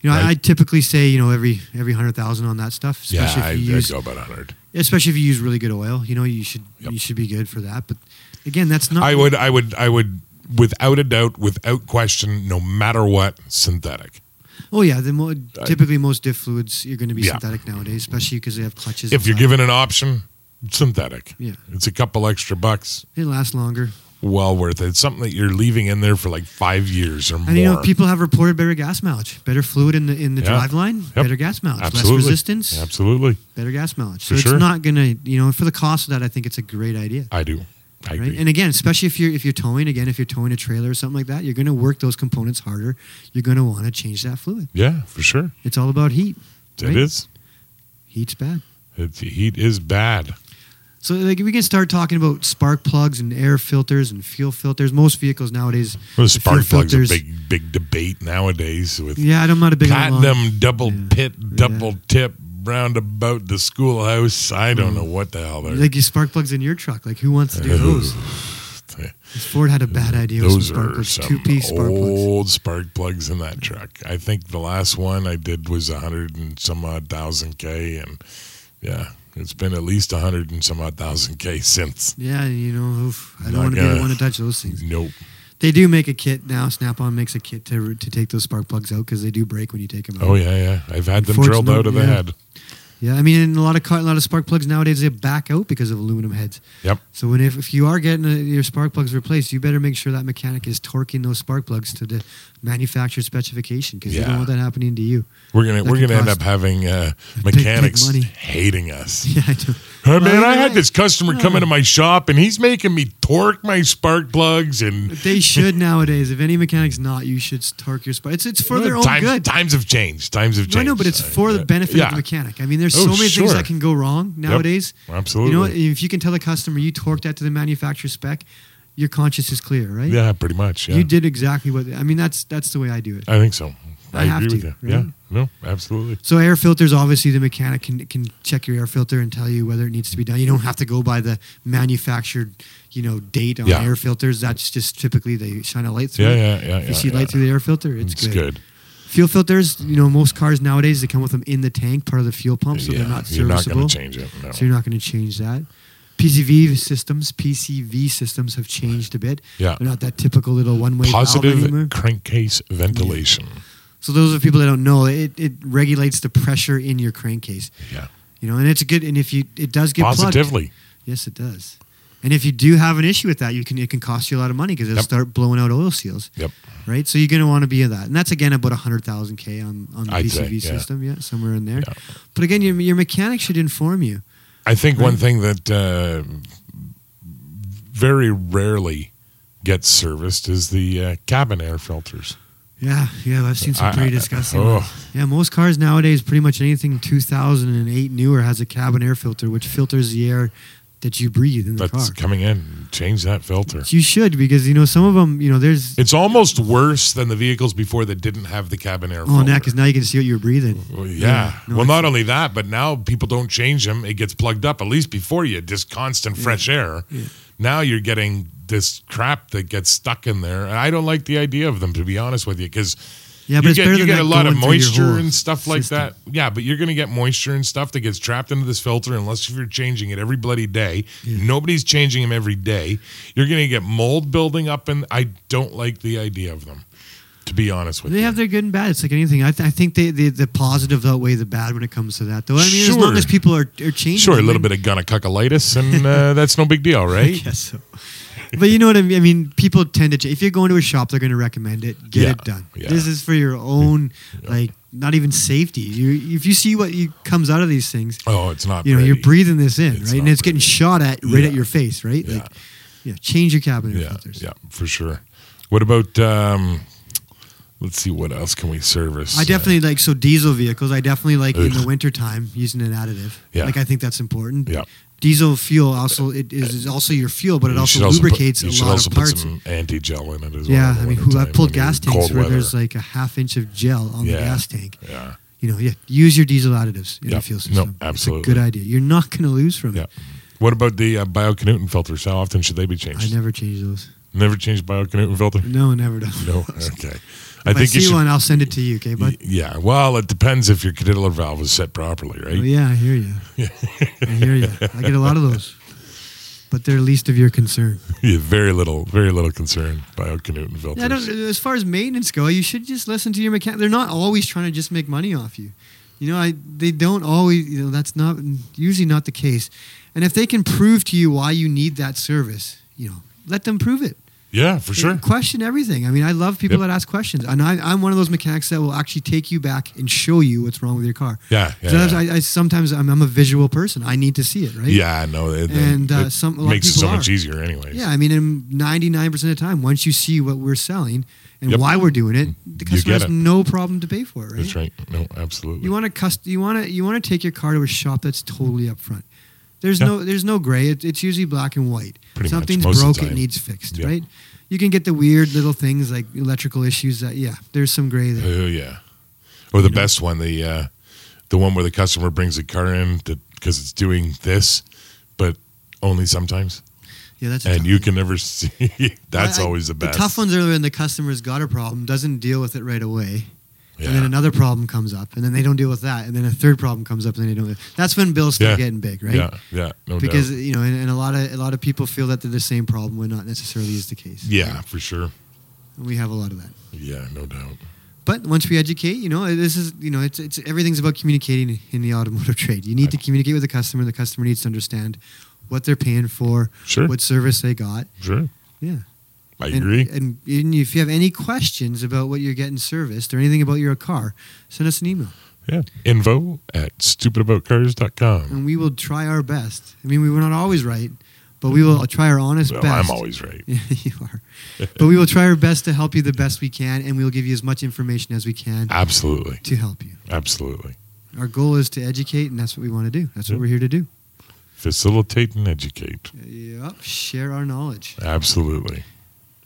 You know, I,
Right.
I typically say, you know, every every 100,000 on that stuff,
yeah
especially
I, I
if you use
go about 100.
especially if you use really good oil, you know, you should
Yep.
you should be good for that. But again, that's not
I would, I would, I would, without a doubt, without question, no matter what, synthetic.
Oh yeah, the mo- typically most diff fluids you're going to be
Yeah.
synthetic nowadays, especially because they have clutches.
If
and
you're
stuff.
given an option, synthetic.
Yeah.
It's a couple extra bucks.
it lasts longer.
Well worth it. It's something that you're leaving in there for like five years or more.
And you know, people have reported better gas mileage, better fluid in the in the
Yeah.
drive line,
Yep.
better gas mileage, less resistance,
Absolutely.
better gas mileage. So
For
it's
sure.
not going to, you know, for the cost of that, I think it's a great idea.
I do. I
Right?
agree.
And again, especially if you're if you're towing, again, if you're towing a trailer or something like that, you're going to work those components harder. You're going to want to change that fluid.
yeah, for sure.
It's all about heat.
It
Right?
is.
Heat's bad.
It's, heat is bad.
So like we can start talking about spark plugs and air filters and fuel filters. Most vehicles nowadays,
Well,
the
spark
fuel
plugs are big, big debate nowadays with
Yeah, I'm not a big one.
platinum double pit, double tip roundabout the schoolhouse. I don't know what the hell they're.
Like your spark plugs in your truck. Like who wants to do those? Ford had a bad idea with some
Those
spark
are
plugs,
some
two piece spark plugs.
old spark plugs in that truck. I think the last one I did was a hundred and some odd thousand k, and yeah, it's been at least a hundred and some odd thousand k since.
Yeah, you know, oof, I
Not
don't want to be
gonna-
the one to touch those things.
Nope.
They do make a kit now. Snap on makes a kit to to take those spark plugs out because they do break when you take them out.
Oh yeah, yeah. I've had them
Unfortunate-
drilled out of the
yeah.
head.
Yeah, I mean, and a lot of car, a lot of spark plugs nowadays they back out because of aluminum heads.
Yep.
So when if, if you are getting uh your spark plugs replaced, you better make sure that mechanic is torquing those spark plugs to the manufacturer specification because you
Yeah.
don't want that happening to you.
We're gonna
That
we're
could
gonna end
cost
up having uh,
big, big
mechanics
money.
hating us.
Yeah, I do.
Hey,
Well,
man,
either
I had
way,
this customer come into my shop and he's making me torque my spark plugs and
They should nowadays. If any mechanic's not, you should torque your spark. It's it's for their own
times,
good.
times have changed. Times have changed.
No, no, but it's
Uh,
for the
yeah.
benefit
yeah.
of the mechanic. I mean, there's
Oh,
so many things
sure.
that can go wrong nowadays.
Absolutely.
You know, what? if you can tell the customer you torqued that to the manufacturer spec, your conscience is clear, right?
Yeah, pretty much. Yeah.
You did exactly what I mean. That's that's the way I do it.
I think so. I,
I have
agree
to,
with you.
right?
Yeah. No, absolutely.
So air filters, obviously, the mechanic can can check your air filter and tell you whether it needs to be done. You don't have to go by the manufactured, you know, date on
Yeah.
air filters. That's just typically they shine a light through.
Yeah,
it.
yeah,
If
yeah. yeah,
you see
yeah.
light through the air filter, it's,
It's good.
Fuel filters, you know, most cars nowadays they come with them in the tank, part of the fuel pump, so
yeah.
they're not
You're not
serviceable.
going to change it. No.
So you're not going to change that. PCV systems, PCV systems have changed a bit.
Yeah.
They're not that typical little one-way valve anymore.
Positive crankcase ventilation.
So those are people that don't know. It it regulates the pressure in your crankcase.
Yeah.
You know, and it's a good. And if you, it does get plugged.
Positively.
Yes, it does. And if you do have an issue with that, you can it can cost you a lot of money because it'll
Yep.
start blowing out oil seals,
Yep.
right? So you're going to want to be in that, and that's again about hundred thousand k on on the
I'd say,
PCV
yeah.
system, yeah, somewhere in there.
Yeah.
But again, your your mechanic should inform you.
I think one thing that uh, very rarely gets serviced is the uh, cabin air filters.
Yeah, yeah, I've seen some
I-
pretty
I-
disgusting.
oh.
ones. Yeah, most cars nowadays, pretty much anything 2008 newer has a cabin air filter, which filters the air that you breathe in the
That's
car.
coming in. Change that filter.
You should because you know some of them. You know, there's
It's almost worse than the vehicles before that didn't have the cabin air
oh,
filter.
and that because now you can see what you're breathing.
Well, yeah.
Yeah, no,
well,
I
not only that, but now people don't change them. It gets plugged up. At least before you, just constant fresh air. Now you're getting this crap that gets stuck in there. And I don't like the idea of them, to be honest with you, because
Yeah, but
you
it's
get,
better
you
than
get
that
a lot of
going through your whole
moisture and stuff like
system.
that. Yeah, but you're going to get moisture and stuff that gets trapped into this filter unless if you're changing it every bloody day. Nobody's changing them every day. You're going to get mold building up, and I don't like the idea of them, to be honest with
They
you.
have their good and bad. It's like anything. I, th- I think they, the the positive outweigh the bad when it comes to that, though. I mean, as
Sure.
long as people are, are changing,
Sure, a
them
little
and-
bit of gonococcalitis, and uh, that's no big deal,
I
right?
guess so. But you know what I mean? I mean, people tend to. ch- If you're going to a shop, they're going to recommend it. Get
Yeah,
it done.
yeah.
This is for your own, like, not even safety. You, if you see what you, comes out of these things,
Oh, it's not.
you know,
pretty.
you're breathing this in,
It's
right? And
not
it's getting shot at right
Yeah.
at your face, right?
Yeah.
Like, yeah. Change your cabin air
Yeah,
filters.
yeah, for sure. What about? um Let's see, what else can we service?
I definitely like so diesel vehicles. I definitely like in
Ugh.
the wintertime using an additive.
Yeah.
Like I think that's important.
Yeah.
Diesel fuel also it is, is also your fuel, but it
You
also
should also put-
lubricates
you
a
should
lot
also
of
put
parts.
some anti-gel in it as well.
yeah,
in the
I mean, who
wintertime
I've pulled
when you're
gas
in cold
tanks where
weather.
there's like a half inch of gel on
Yeah.
the gas tank.
Yeah,
You know, yeah, use your diesel additives in
Yeah.
the fuel
No,
system. It's a
absolutely.
good idea. You're not going to lose from
yeah.
it.
What about the uh, Biokinutin filters? How often should they be changed?
I never change those.
Never change Biokinutin filter.
No, never done.
No,
those.
okay.
If I, see one, I'll send it to you. Okay, bud.
Yeah, well, it depends if your cadillac valve is set properly, right?
Oh, yeah, I hear you. I hear you. I get a lot of those. but they're least of your concern.
Yeah, very little, very little concern by out Canute and filters.
I don't, as far as maintenance go, you should just listen to your mechanic. They're not always trying to just make money off you. You know, I they don't always. You know, that's not usually not the case. And if they can prove to you why you need that service, you know, let them prove it.
yeah, for sure.
Question everything. I mean, I love people
Yep.
that ask questions, and I, I'm one of those mechanics that will actually take you back and show you what's wrong with your car.
Yeah, yeah,
Sometimes
yeah.
I, I sometimes I'm, I'm a visual person. I need to see it, right?
Yeah, I know. It,
And,
it
uh, some- a lot of
makes it so
people
much
are.
easier, anyways.
Yeah, I mean, in 99% of the time, once you see what we're selling and
Yep.
why we're doing it, the
You
customer
get
has
it.
no problem to pay for it, right?
that's right. No, absolutely.
You want to cust- you want to you want to take your car to a shop that's totally upfront. There's
Yeah.
no there's no gray. It, it's usually black and white.
Pretty much,
Something's
most of the
broke. It
time.
needs fixed,
Yeah.
right? You can get the weird little things like electrical issues. That yeah, there's some gray there.
Oh yeah, or the best one the uh, the one where the customer brings the car in because it's doing this, but only sometimes,
Yeah, that's a
and
tough
you
one.
can never see. that's
I- I-
always the best.
The tough ones are when the customer's got a problem, doesn't deal with it right away.
Yeah.
And then another problem comes up, and then they don't deal with that, and then a third problem comes up, and then they don't. That's when bills start
Yeah.
getting big, right?
Yeah, yeah, no
because
doubt.
you know, and, and a lot of a lot of people feel that they're the same problem when not necessarily is the case.
Yeah, for sure.
And we have a lot of that.
Yeah, no doubt.
But once we educate, you know, this is you know, it's it's everything's about communicating in the automotive trade. You need to communicate with the customer. The customer needs to understand what they're paying for,
Sure.
what service they got.
Sure,
Yeah,
I
and,
agree.
And, and if you have any questions about what you're getting serviced or anything about your car, send us an email,
yeah, info at stupidaboutcars.com.
and we will try our best. I mean, we were not always right, but we will try our honest
Well,
best.
I'm always right.
Yeah, you are. But we will try our best to help you the best we can, and we will give you as much information as we can
Absolutely,
to help you.
absolutely.
Our goal is to educate, and that's what we want to do. That's what
Yeah.
we're here to do.
Facilitate and educate.
Yep, share our knowledge.
Absolutely.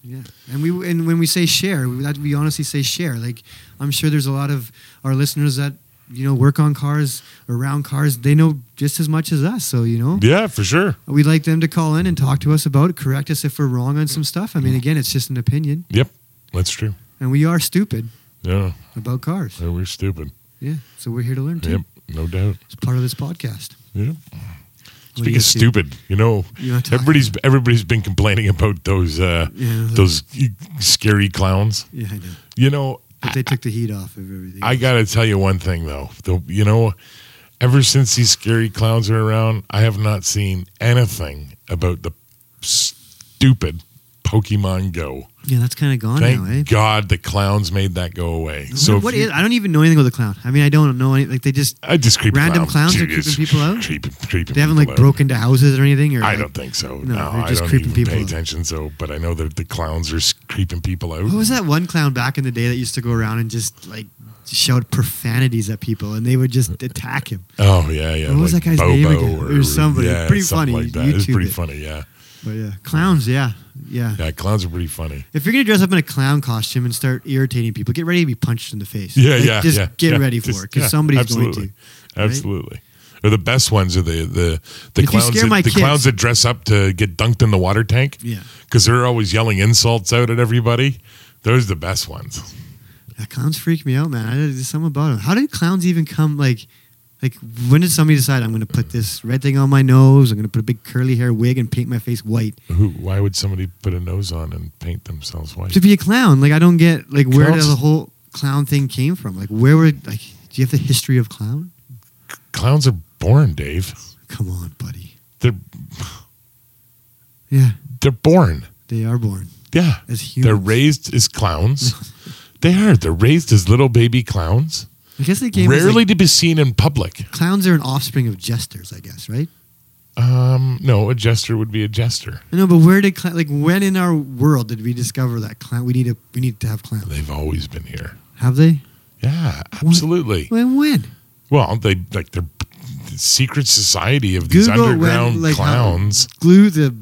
Yeah, and we and when we say share, we, that, we honestly say share. Like I'm sure there's a lot of our listeners that you know work on cars, around cars. They know just as much as us. So you know,
Yeah, for sure.
we'd like them to call in and talk to us about it, correct us if we're wrong on some stuff. I mean, again, it's just an opinion,
Yep, that's true.
and we are stupid
Yeah,
about cars.
we're stupid.
Yeah, so we're here to learn too.
Yep, no doubt.
It's part of this podcast.
Yeah.
What do
Speaking
you
of
see?
stupid, you know,
You wanna talk-
everybody's everybody's been complaining about those uh,
Yeah.
those scary clowns.
Yeah, I know.
You know,
But they took the heat off of everything.
I gotta tell you one thing though. The, you know, ever since these scary clowns are around, I have not seen anything about the stupid Pokemon Go.
yeah, that's kind of gone
Thank
now, eh?
God the clowns made that go away. So
what
if you-
is? I don't even know anything about the clown. I mean, I don't know any. Like they just
I just creep
Random
clowns.
clowns are
Dude, it's
creeping people out?
Creeping, creeping
they haven't
people
like
out.
broken into houses or anything. Or
I
like-
don't think
No,
so. No,
they're
I
just
don't
creeping
even
people
pay
out.
attention. So, but I know that the clowns are s- creeping people out.
What was that one clown back in the day that used to go around and just like shout profanities at people, and they would just attack him?
Oh yeah, yeah.
What was that guy's name again? It was somebody.
Yeah,
Pretty
something
funny.
Like that. It's
YouTube
pretty
it.
funny. Yeah,
But yeah, clowns. Yeah, yeah.
yeah. Clowns are pretty funny.
If you're gonna dress up in a clown costume and start irritating people, get ready to be punched in the face.
Yeah,
Like,
yeah.
Just
yeah,
get
yeah.
ready for
Just-
it because
yeah,
somebody's
absolutely.
going to. right?
Absolutely. Or the best ones are the the
If
the
you
clowns
scare
that,
my
the
kids-
clowns that dress up to get dunked in the water tank.
Yeah.
because they're always yelling insults out at everybody. Those are the best ones.
Yeah, clowns freak me out, man. I, there's something about them. How did clowns even come? Like, like when did somebody decide I'm going to put this red thing on my nose? I'm going to put a big curly hair wig and paint my face white
Who? Why would somebody put a nose on and paint themselves white?
to be a clown? Like, I don't get like where
Clowns-
the whole clown thing came from. Like, where were like? Do you have the history of clown?
Clowns are born, Dave.
Come on, buddy.
They're
Yeah,
they're born.
they are born
Yeah.
as humans.
They're raised as clowns. they are. They're raised as little baby clowns.
I guess they came as, like,
Rarely to be seen in public.
clowns are an offspring of jesters, I guess, right?
Um, no, a jester would be a jester.
I know, but where did clown, like when in our world did we discover that clown? We need to we need to have clowns.
They've always been here.
Have they?
Yeah, absolutely.
When when?
Well, they like they're the secret society of these
Google
underground
when, like, how-
clowns.
glue the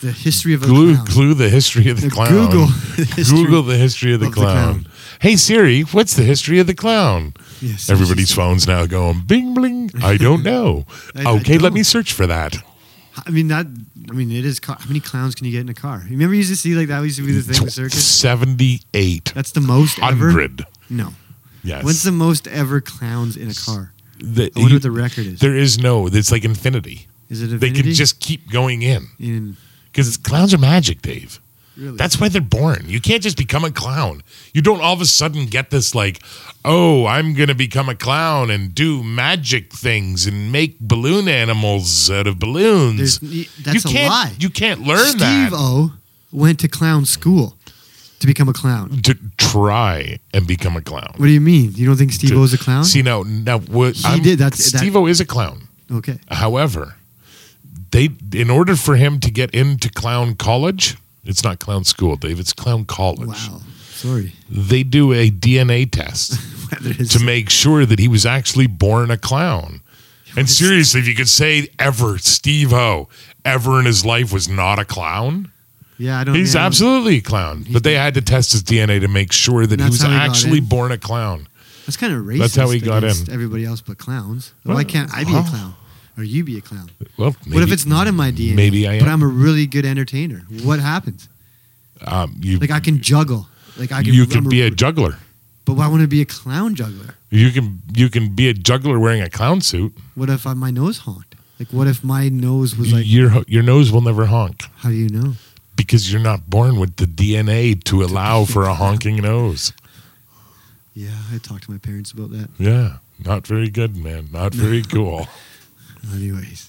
the history of a
Glue,
clown.
glue the history of the
Now,
clown.
Google the history
Google the history of the
of the
clown.
clown.
Hey Siri, what's the history of the clown?
Yes,
Everybody's
it's
phones now going bing bling. I don't know.
I- I
okay, let me
don't.
search for that.
just- I mean that. I mean it is. Car- how many clowns can you get in a car? You Remember, you used to see like that used to be the thing in the circus.
Seventy-eight
That's the most ever.
hundred.
No.
Yes.
When's the most ever clowns in a car?
The-
I wonder
you-
what the record is.
There is no. It's like infinity.
Is it
They
Divinity?
can just keep going in
in,
because clowns are magic, Dave.
really.
That's why they're born. You can't just become a clown. You don't all of a sudden get this like, oh, I'm gonna become a clown and do magic things and make balloon animals out of balloons.
There's- y- that's
you
a
can't,
lie.
You can't learn
Steve
that.
O went to clown school to become a clown.
to try and become a clown.
What do you mean? You don't think Steve O's a clown?
See now, now what
He did, that's- that-
Steve-O is a clown.
okay.
However, they in order for him to get into clown college, it's not clown school, Dave. It's clown college.
Wow. Sorry.
They do a DNA test
Whether it's-
to make sure that he was actually born a clown. And seriously, if you could say ever Steve O ever in his life was not a clown,
yeah, I don't.
he's
Oh, yeah, I don't-
absolutely a clown. But they had to test his DNA to make sure that he
That's
was
how he got
actually
in.
born a clown.
That's kind of racist.
That's how he got
against
in.
Everybody else but clowns.
Well,
Why can't I be
well.
a clown or you be a clown?
Well,
what if
maybe-
it's not in my DNA?
maybe I
But
am.
I'm a really good entertainer. What happens?
um, you?
Like I can juggle. Like I can.
you
I'm
can be a juggler.
But why wouldn't I be a clown juggler?
You can you can be a juggler wearing a clown suit.
What if I, my nose honked? Like what if my nose was like?
your ho- your nose will never honk
How do you know?
because you're not born with the DNA to allow for a honking nose.
Yeah, I talked to my parents about that.
Yeah, not very good, man. Not very cool.
Anyways,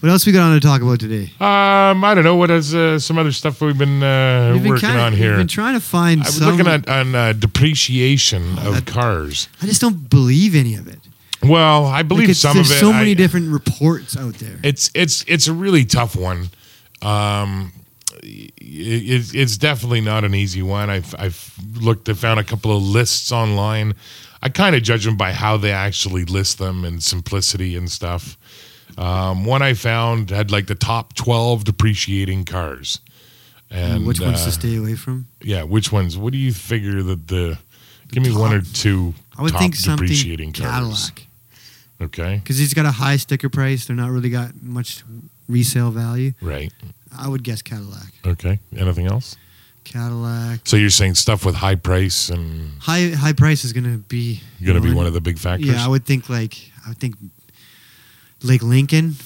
what else we got on to talk about today?
Um, I don't know what is uh, some other stuff we've been, uh,
You've been
working
kinda-
on
You've
here.
been trying to find.
I was
some- Oh,
looking at on uh, depreciation of
that-
cars.
I just don't believe any of it.
Well, I believe
Like, it's-
some of
there's
it.
so
I-
many different reports out there.
it's it's it's a really tough one. Um, it, it's definitely not an easy one. I've I've looked, I found a couple of lists online. I kind of judge them by how they actually list them and simplicity and stuff. Um, one I found had like the top twelve depreciating cars, and
Which ones
uh,
to stay away from?
yeah, which ones? What do you figure that the? Give me one or two.
I would
top
think something
depreciating cars.
Cadillac
Okay,
because he's got a high sticker price. They're not really got much resale value.
right.
I would guess Cadillac.
Okay. Anything else?
Cadillac
So you're saying stuff with high price and
high high price is gonna be
going to be one of the big factors.
Yeah, I would think like I would think like Lincoln,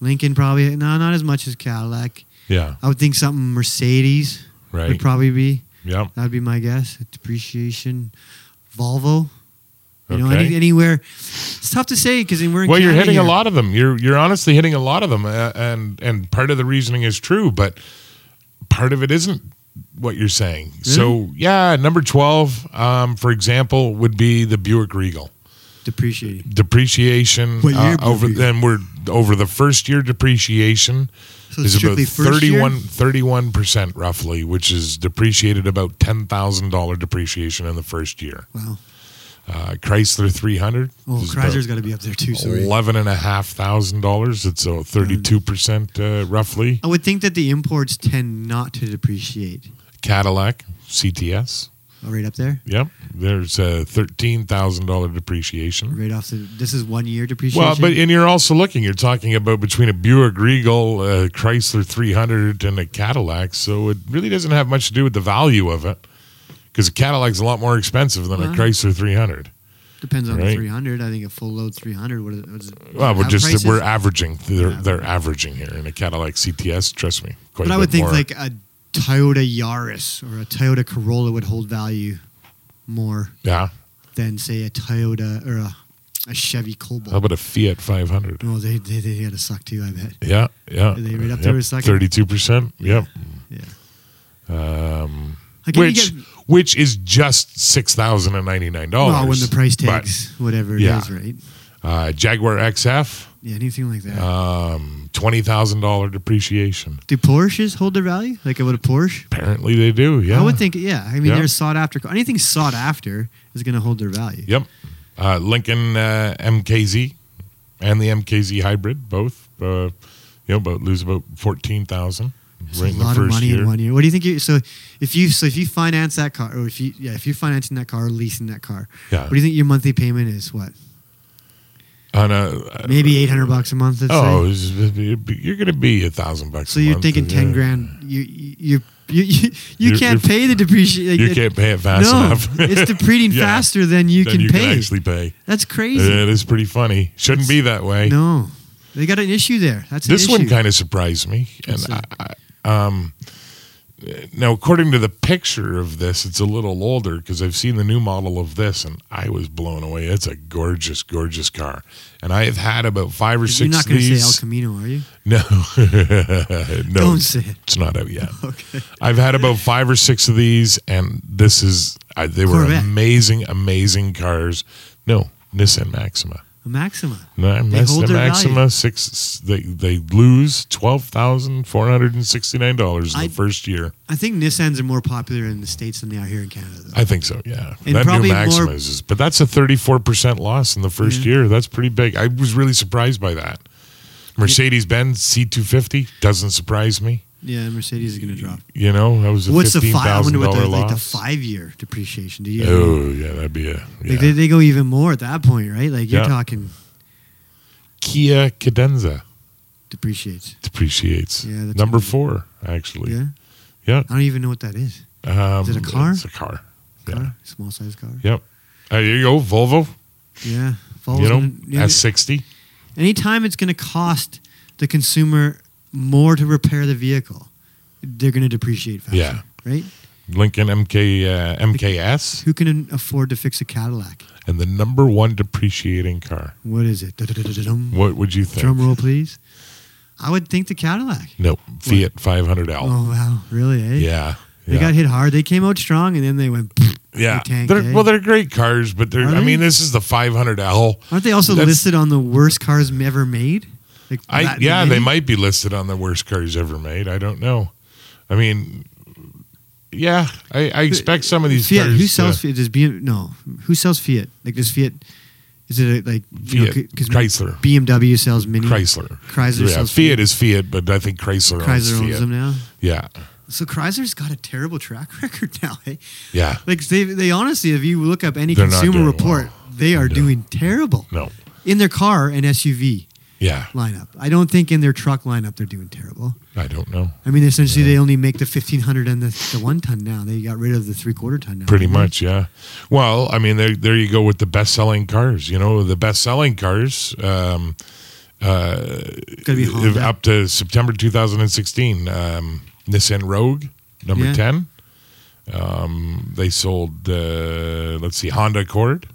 Lincoln probably no not as much as Cadillac.
yeah,
I would think something Mercedes
right.
would probably be.
yeah,
That'd be my guess. Depreciation, Volvo. You know,
Okay.
any, anywhere. It's tough to say because we're in
well, you're
Canada
hitting a
here.
lot of them. You're you're honestly hitting a lot of them, uh, and and part of the reasoning is true, but part of it isn't what you're saying. So yeah, number twelve, um, for example, would be the Buick Regal
depreciating.
depreciation
What year
uh, over.
Buick Regal?
Then we're over the first year depreciation.
So it's strictly first year?
31 percent roughly, which is depreciated about ten thousand dollar depreciation in the first year.
Wow.
Uh, Chrysler 300.
Well,
is
oh, Chrysler's
about
got to be up there too. Sorry.
eleven and a half thousand dollars. It's a thirty-two percent uh, roughly.
I would think that the imports tend not to depreciate.
Cadillac CTS.
Oh, right up there,
Yep, there's a thirteen thousand dollar depreciation.
right off the. This is one year depreciation.
Well, but and you're also looking. You're talking about between a Buick Regal, a Chrysler 300, and a Cadillac. So it really doesn't have much to do with the value of it, because a Cadillac's a lot more expensive than a
Well.
Chrysler 300.
depends on the
right.
300. I think a full load 300. What is, what is it?
Well, we're
That
just
prices?
we're averaging. They're, they're averaging here in a Cadillac CTS. Trust me, quite
But
a
I would
bit
think
more.
like a Toyota Yaris or a Toyota Corolla would hold value more
yeah.
than say a Toyota or a, a Chevy
How
Cobalt.
about a Fiat 500?
Oh, they they, they got to suck too. I bet.
Yeah, yeah.
Are they right up there with second?
Thirty-two percent. Yep.
Yeah.
Um,
Like, if you
which
get-
which is just six thousand and ninety-nine dollars.
well, when the price tags whatever it is,
yeah.
right?
uh, Jaguar XF,
Yeah, anything like that.
um, twenty thousand dollar depreciation.
Do Porsches hold their value? Like would a Porsche?
Apparently they do. Yeah.
I would think, yeah. I mean,
Yeah.
they're sought after. Anything sought after is going to hold their value.
Yep. Uh, Lincoln uh, MKZ and the MKZ hybrid both. Uh, you know, about lose about fourteen thousand.
It's
Right in
a
the
lot
first
of money
year.
in one year. What do you think? You, so if you so if you finance that car, or if you yeah, if you're financing that car, or leasing that car,
Yeah.
what do you think your monthly payment is? What
On a,
maybe eight hundred bucks a month? Let's
Uh, oh,
say.
it's- you're going to be a thousand bucks.
so
a
you're
month,
taking ten
yeah.
grand. You you you you, you,
You're-
can't
you're-
pay the depreciation.
you can't pay it fast
no,
enough.
it's depreciating
Yeah.
faster than you
Then
can
you
pay.
can actually pay.
That's
It
crazy.
is pretty funny. Shouldn't be that way.
no, They got an issue there. That's an
this one
issue.
kind of surprised me, and
That's
I,
it.
I- um, now according to the picture of this, it's a little older because I've seen the new model of this, and I was blown away. It's a gorgeous, gorgeous car, and I have had about five or
You're
six.
not
of
going to
these.
say El Camino, are you?
No, no,
Don't say it.
It's not out yet.
Okay.
I've had about five or six of these, and this is I, they were
Corvette.
amazing, amazing cars. No, Nissan Maxima.
A Maxima.
No, I
They
missed
hold
the
their
Maxima
value.
six. They they lose twelve thousand four hundred and sixty nine dollars in
I-
the first year.
I think Nissans are more popular in the states than they are here in Canada. Though.
I think so. Yeah,
And
that
probably
new
more-
Maxima is, but that's a thirty four percent loss in the first year. That's pretty big. I was really surprised by that. Mercedes Benz C two fifty doesn't surprise me.
yeah, Mercedes is going to drop.
You know, that was a
What's the
fifteen
five? I
thousand
wonder what
dollar
the,
loss.
like the five year depreciation. Do you?
Oh yeah, that'd be a yeah.
Like they, they go even more at that point, right? Like you're
Yeah.
talking
Kia Cadenza
depreciates.
depreciates.
Yeah, that's
number
a-
four actually.
Yeah,
Yeah.
I don't even know what that is.
Um,
Is it a car?
It's a car.
Car,
Yeah.
small size car.
Yep. Uh, here you go, Volvo.
Yeah, Volvo's
you know,
gonna- yeah,
S sixty.
anytime it's going to cost the consumer more to repair the vehicle, they're going to depreciate faster.
Yeah.
Right?
Lincoln MK uh, MKS,
Who can afford to fix a Cadillac?
and the number one depreciating car.
What is it? Da-da-da-da-dum.
What would you think?
Drum roll, please. I would think the Cadillac.
No, Fiat 500L.
Oh, wow. Really, eh?
Yeah.
They
yeah.
got hit hard. They came out strong and then they went.
yeah.
the tank,
They're-
eh?
Well, they're great cars, but they're.
Are
I
they?
mean, this is the 500L.
Aren't they also
That's-
listed on the worst cars ever made? Like
I
that
yeah,
many?
they might be listed on the worst cars ever made. I don't know. I mean, yeah, I, I expect some of these
Fiat.
cars.
Who
to-
sells Fiat? Does BM, no. Who sells Fiat? Like does Fiat? Is it a, like you know,
Fiat,
'cause
Chrysler.
BMW sells Mini.
Chrysler?
Chrysler
Yeah,
sells
Fiat is Fiat, but I think Chrysler,
Chrysler
owns
owns
Fiat.
them now.
Yeah,
So Chrysler's got a terrible track record now. Eh?
yeah.
Like they, they honestly, if you look up any
They're not
consumer
doing
report,
well.
they are
No.
doing terrible
No.
in their car and SUV
Yeah,
lineup. I don't think in their truck lineup they're doing terrible.
I don't know.
I mean, essentially they only make the fifteen hundred and the, the one ton now. They got rid of the three quarter ton now.
Pretty much, yeah. Well, I mean, there there you go with the best selling cars. You know, the best selling cars. Um,
It's gonna be Honda.
up to September 2016, um, Nissan Rogue number
Yeah.
10. Um, they sold, uh, let's see, Honda Accord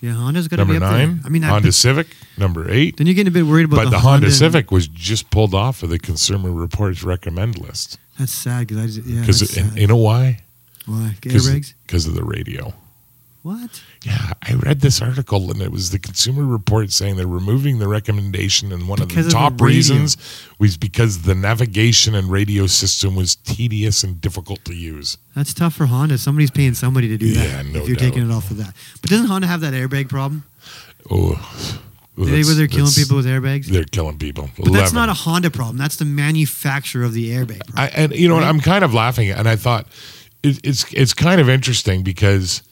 Yeah, Honda's gonna
number
be up
nine.
there. I mean, I-
Honda Civic number eight.
Then you're getting a bit worried about
But
the,
the, Honda, Civic was just pulled off of the Consumer Reports recommend list
That's sad because I just, yeah.
because
that's sad.
you know why?
Why? Airbags?
Because of the radio.
What?
Yeah, I read this article and it was the Consumer Report saying they're removing the recommendation, and one
Because
of the
of the
top
radio.
reasons was because the navigation and radio system was tedious and difficult to use.
That's tough for Honda. Somebody's paying somebody to do that.
Yeah, no
if you're
doubt.
taking it off of that, but doesn't Honda have that airbag problem?
Oh,
Do they, where they're killing
that's-
people with airbags.
They're killing people.
But that's not a Honda problem. That's the manufacturer of the airbag. Problem.
I, and you know, what, I'm kind of laughing, and I thought it, it's it's kind of interesting because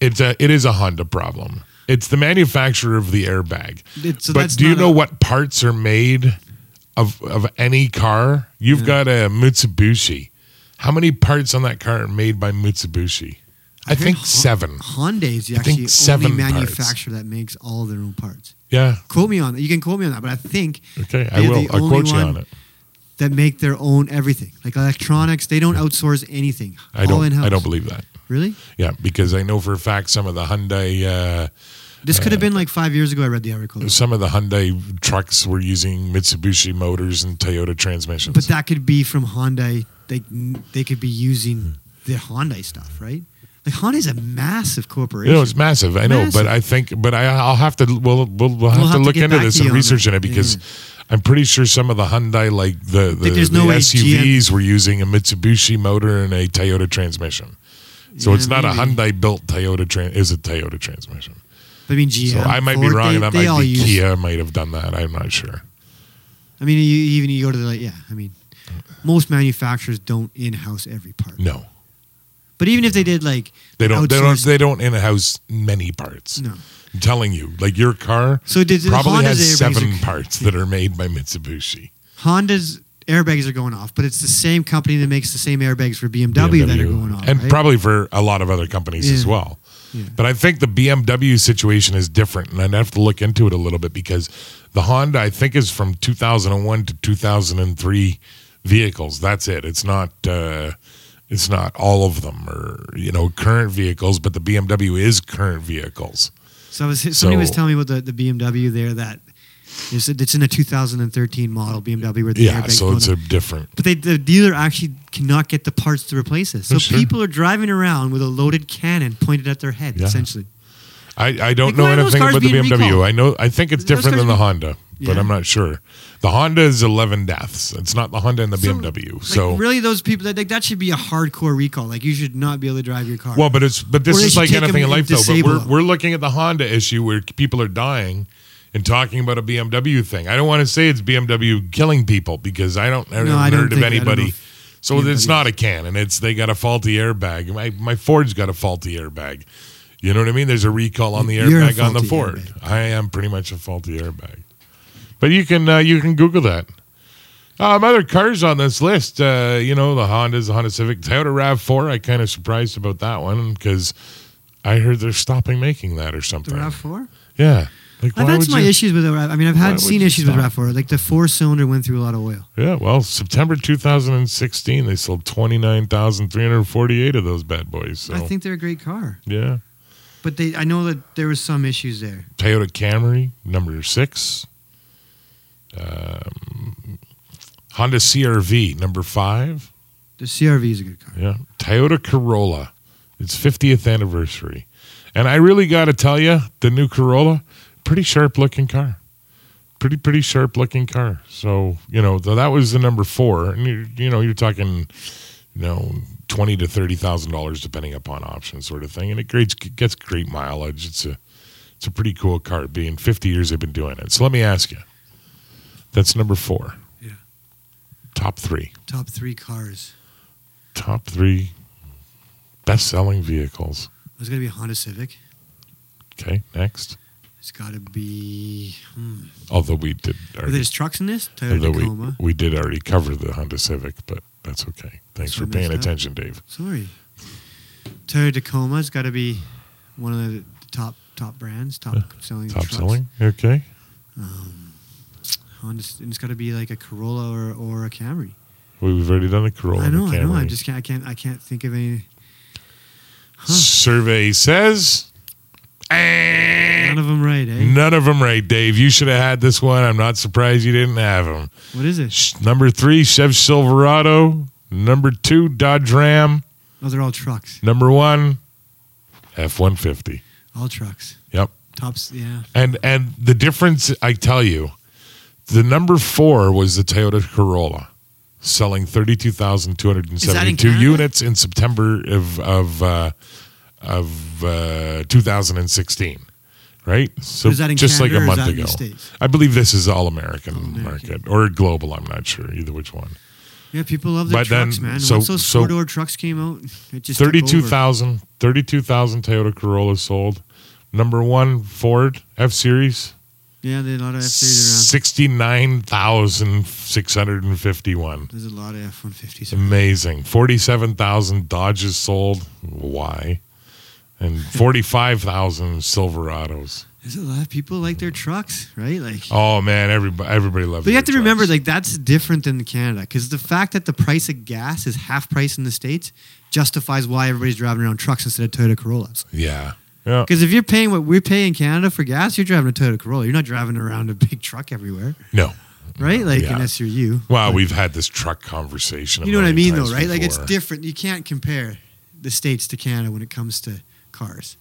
it's a it is a Honda problem. It's the manufacturer of the airbag.
It- so
but
that's
do you
not
know
a-
what parts are made of of any car? You've got a Mitsubishi. How many parts on that car are made by Mitsubishi? I,
heard
think
Hon-
seven.
Honda's
think
actually
seven
only
parts.
manufacturer that makes all their own parts.
Yeah.
Quote me on that. You can quote me on that, but I think
Okay. I
they're
will.
the
I'll
only
quote you
one
on it.
That make their own everything, like electronics. They don't outsource anything.
I
All
don't.
in-house.
I don't believe that.
Really?
Yeah, because I know for a fact some of the Hyundai. Uh,
This could have been like five years ago. I read the article,
some of the Hyundai trucks were using Mitsubishi motors and Toyota transmissions.
but that could be from Hyundai. They they could be using
Hmm.
the Hyundai stuff, right? Like Hyundai's a massive
you
corporation.
know, it's massive. I know, but
Massive.
I think, but I, I'll have to. We'll we'll, we'll have,
We'll
to look
get
into
back
this
to you
and
on
research
that.
in it because I'm pretty sure some of the Hyundai, like the the,
there's
the
no way
SUVs, were using a Mitsubishi motor and a Toyota transmission. So
Yeah,
it's not
maybe.
a Hyundai built Toyota. Tran- is a Toyota transmission.
I mean, GM.
so I might be
Ford,
wrong.
They,
and that
they all
might be
use.
Kia might have done that. I'm not sure.
I mean, you, even you go to the like, yeah. I mean, most manufacturers don't in-house every part.
No,
But even if they did, like
they don't. They don't.
outsource-
They don't in house many parts.
no.
I'm telling you, like your car
So did did
probably
Honda's
has
airbags
seven
are-
parts that are made by Mitsubishi.
Honda's airbags are going off, but it's the same company that makes the same airbags for BMW, that are
BMW.
going off,
and
right?
probably for a lot of other companies as
Yeah.
well. But I think the BMW situation is different, and I'd have to look into it a little bit because the Honda, I think, is from 2001 to 2003 vehicles. That's it. It's not. Uh, it's not all of them, or you know, current vehicles. But the BMW is current vehicles.
So I was, somebody was
So-
telling me about the, the BMW there that it's, it's in a 2013 model BMW where the
Yeah,
airbag's
so
blown
it's
up.
a different.
But they, the dealer actually cannot get the parts to replace this. So
Oh, Sure.
people are driving around with a loaded cannon pointed at their head,
Yeah.
essentially.
I, I don't
Like,
know
why are those
anything
cars
about the
being
BMW.
recalled?
I know I think it's
Those
different
cars
than the
being-
Honda, but
Yeah.
I'm not sure. The Honda is 11 deaths. It's not the Honda and the BMW.
like,
So
really, those people that like, that should be a hardcore recall. Like you should not be able to drive your car.
well, but it's but
Or
this
they
is
should
like
take 'em
anything in
and
life though. But
disable
we're
'em.
we're looking at the Honda issue where people are dying and talking about a BMW thing. I don't want to say it's BMW killing people because I don't I haven't
I don't
heard of
think- I don't know
anybody.
if
So it's
BMW
not a cannon. It's they got a faulty airbag. My my Ford's got a faulty airbag. You know what I mean? There's a recall on the
You're a
airbag on the
faulty
Ford.
airbag.
I am pretty much a faulty airbag. But you can uh, you can Google that. Um, other cars on this list, uh, you know, the Hondas, the Honda Civic, Toyota Rav Four. I kind of surprised about that one because I heard they're stopping making that or
the
something.
Rav Four.
Yeah, like
I've
why
had
would
my
you-
issues with the Rav. I mean, I've
why
had
would
seen
you
issues with
stop?
Rav Four. Like the four cylinder went through a lot of oil.
Yeah, well, September 2016, they sold 29,348 of those bad boys. So,
I think they're a great car,
yeah.
but they I know that there was some issues there.
Toyota Camry, number six. Um, Honda CRV, number five.
The CRV is a good car.
Yeah. Toyota Corolla, its 50th anniversary. And I really got to tell you, the new Corolla, pretty sharp looking car. Pretty, pretty sharp looking car. So, you know, th- that was the number four. And, you you know, you're talking, you know, twenty to thirty thousand dollars, depending upon option, sort of thing. And it grades, gets great mileage. It's a, it's a pretty cool car. Being fifty years, they've been doing it. So let me ask you, that's number four.
Yeah.
Top three
Top three cars.
top three best selling vehicles.
It's gonna be a Honda Civic.
Okay, next.
It's got to be. Hmm.
Although we did
Are
already,
there's trucks in this? Toyota
although we,
Tacoma.
we did already cover the Honda Civic, but that's okay. Thanks
So
for paying
messed up.
attention, Dave.
Sorry. Toyota Tacoma's got to be one of the top top brands, top selling.
Top
trucks.
selling. Okay.
Honda's, and it's got to be like a Corolla or, or a Camry.
We've already done a Corolla.
I
and a
know, I know. I
Camry.
just can't, I can't, I can't think of any.
Survey says
None of them right, eh?
none of them right, Dave. You should have had this one. I'm not surprised you didn't have them.
What is it?
Sh- Number three, Chev Silverado. Number two, Dodge Ram.
Oh, they're all trucks.
Number one, F one fifty.
All trucks.
Yep.
Tops. Yeah.
And and the difference, I tell you, the number four was the Toyota Corolla, selling thirty two thousand two hundred and
that in
seventy two
Canada?
units in September of of uh, of uh, two thousand and sixteen. Right, so
Is that in
just
Canada
like a
or is
month
that in
ago,
the States?
I believe this is all American,
American.
market or global. I'm not sure either which one.
Yeah. People love their
But then-
trucks, man.
so-
Once those
so-
four door trucks came out, it just took over.
32,000 32,000 Toyota Corolla sold. Number one Ford F Series
Yeah, there's a lot of F series around.
69,651.
There's a lot of F one fifties.
Amazing. 47,000 Dodges sold. Why? And 45,000 Silverados.
There's a lot of people like their trucks, right? Like.
Oh man, everybody everybody loves
But you have to
their
remember,
trucks.
like that's different than Canada, because the fact that the price of gas is half price in the states justifies why everybody's driving around trucks instead of Toyota Corollas.
Yeah. Yeah.
Because if you're paying what we're paying in Canada for gas, you're driving a Toyota Corolla. You're not driving around a big truck everywhere,
No.
right? Like
Yeah.
unless you're you.
Wow, we've had this truck conversation. a
You know what I
million
mean, though,
times
right? Like it's
before.
different. You can't compare the states to Canada when it comes to cars.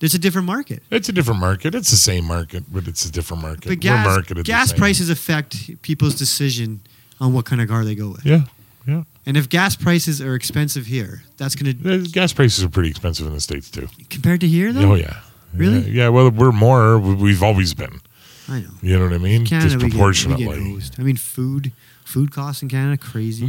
There's a different market.
It's a different market. It's the same market, but it's a different market.
But
We're
gas,
marketed the
gas
same.
prices affect people's decision on what kind of car they go with.
Yeah, yeah.
And if gas prices are expensive here, that's going to
Uh, Gas prices are pretty expensive in the states too.
compared to here though.
Oh yeah,
Really?
Yeah, yeah, well, we're more. we- We've always been.
I know.
You know what I mean?
Canada, we get, we
Mm, Disproportionately.
get hosed. I mean, food food costs in Canada crazy.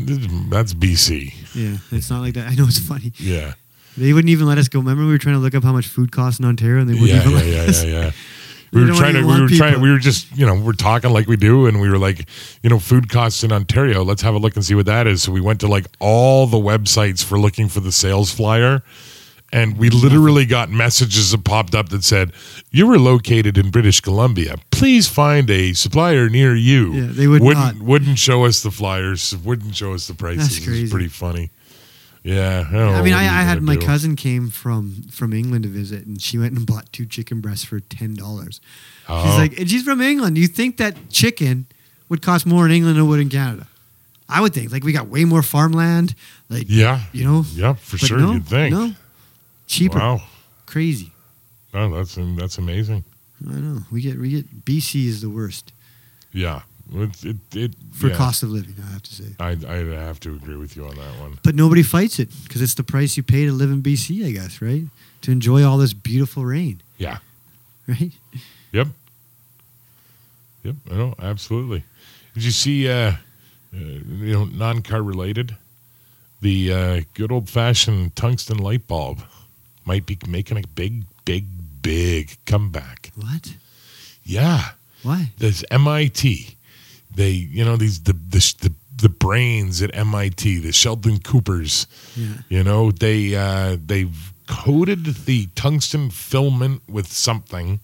That's BC.
Yeah, it's not like that. I know it's funny.
Yeah.
They wouldn't even let us go. Remember, we were trying to look up how much food costs in Ontario, and they wouldn't
Yeah,
even
yeah,
let
yeah,
us.
yeah, yeah. We
We
were
don't
trying to.
even
We
want
were trying.
people.
We were just, you know, we're talking like we do, and we were like, you know, food costs in Ontario. Let's have a look and see what that is. So we went to like all the websites for looking for the sales flyer, And we literally got messages that popped up that said, "You were located in British Columbia. Please find a supplier near you."
Yeah, they would
wouldn't
not.
wouldn't show us the flyers. Wouldn't show us the prices. It's
crazy.
pretty funny. Yeah, Oh, I, don't know
I mean,
what
I,
you're
I had
gonna
my
do.
cousin came from from England to visit, and she went and bought two chicken breasts for ten dollars.
Oh.
She's like, and she's from England. You think that chicken would cost more in England than it would in Canada? I would think. Like we got way more farmland. Like
"Yeah,
you know,
yeah, for
but
sure."
no,
you'd think.
no, cheaper,
Wow,
crazy.
oh, that's that's amazing.
I know. We get we get BC is the worst
Yeah, it, it, it-
for
yeah.
cost of living. I have to say,
I I have to agree with you on that one.
but nobody fights it because it's the price you pay to live in BC. I guess right to enjoy all this beautiful rain.
Yeah.
Right.
Yep. Yep. I know. Absolutely. Did you see? Uh, uh, you know, non-car related. The uh, good old-fashioned tungsten light bulb might be making a big, big, big comeback.
What?
Yeah.
Why?
There's MIT. They, you know, these the the the, the brains at MIT, the Sheldon Coopers.
Yeah.
You know, they uh, they've coated the tungsten filament with something,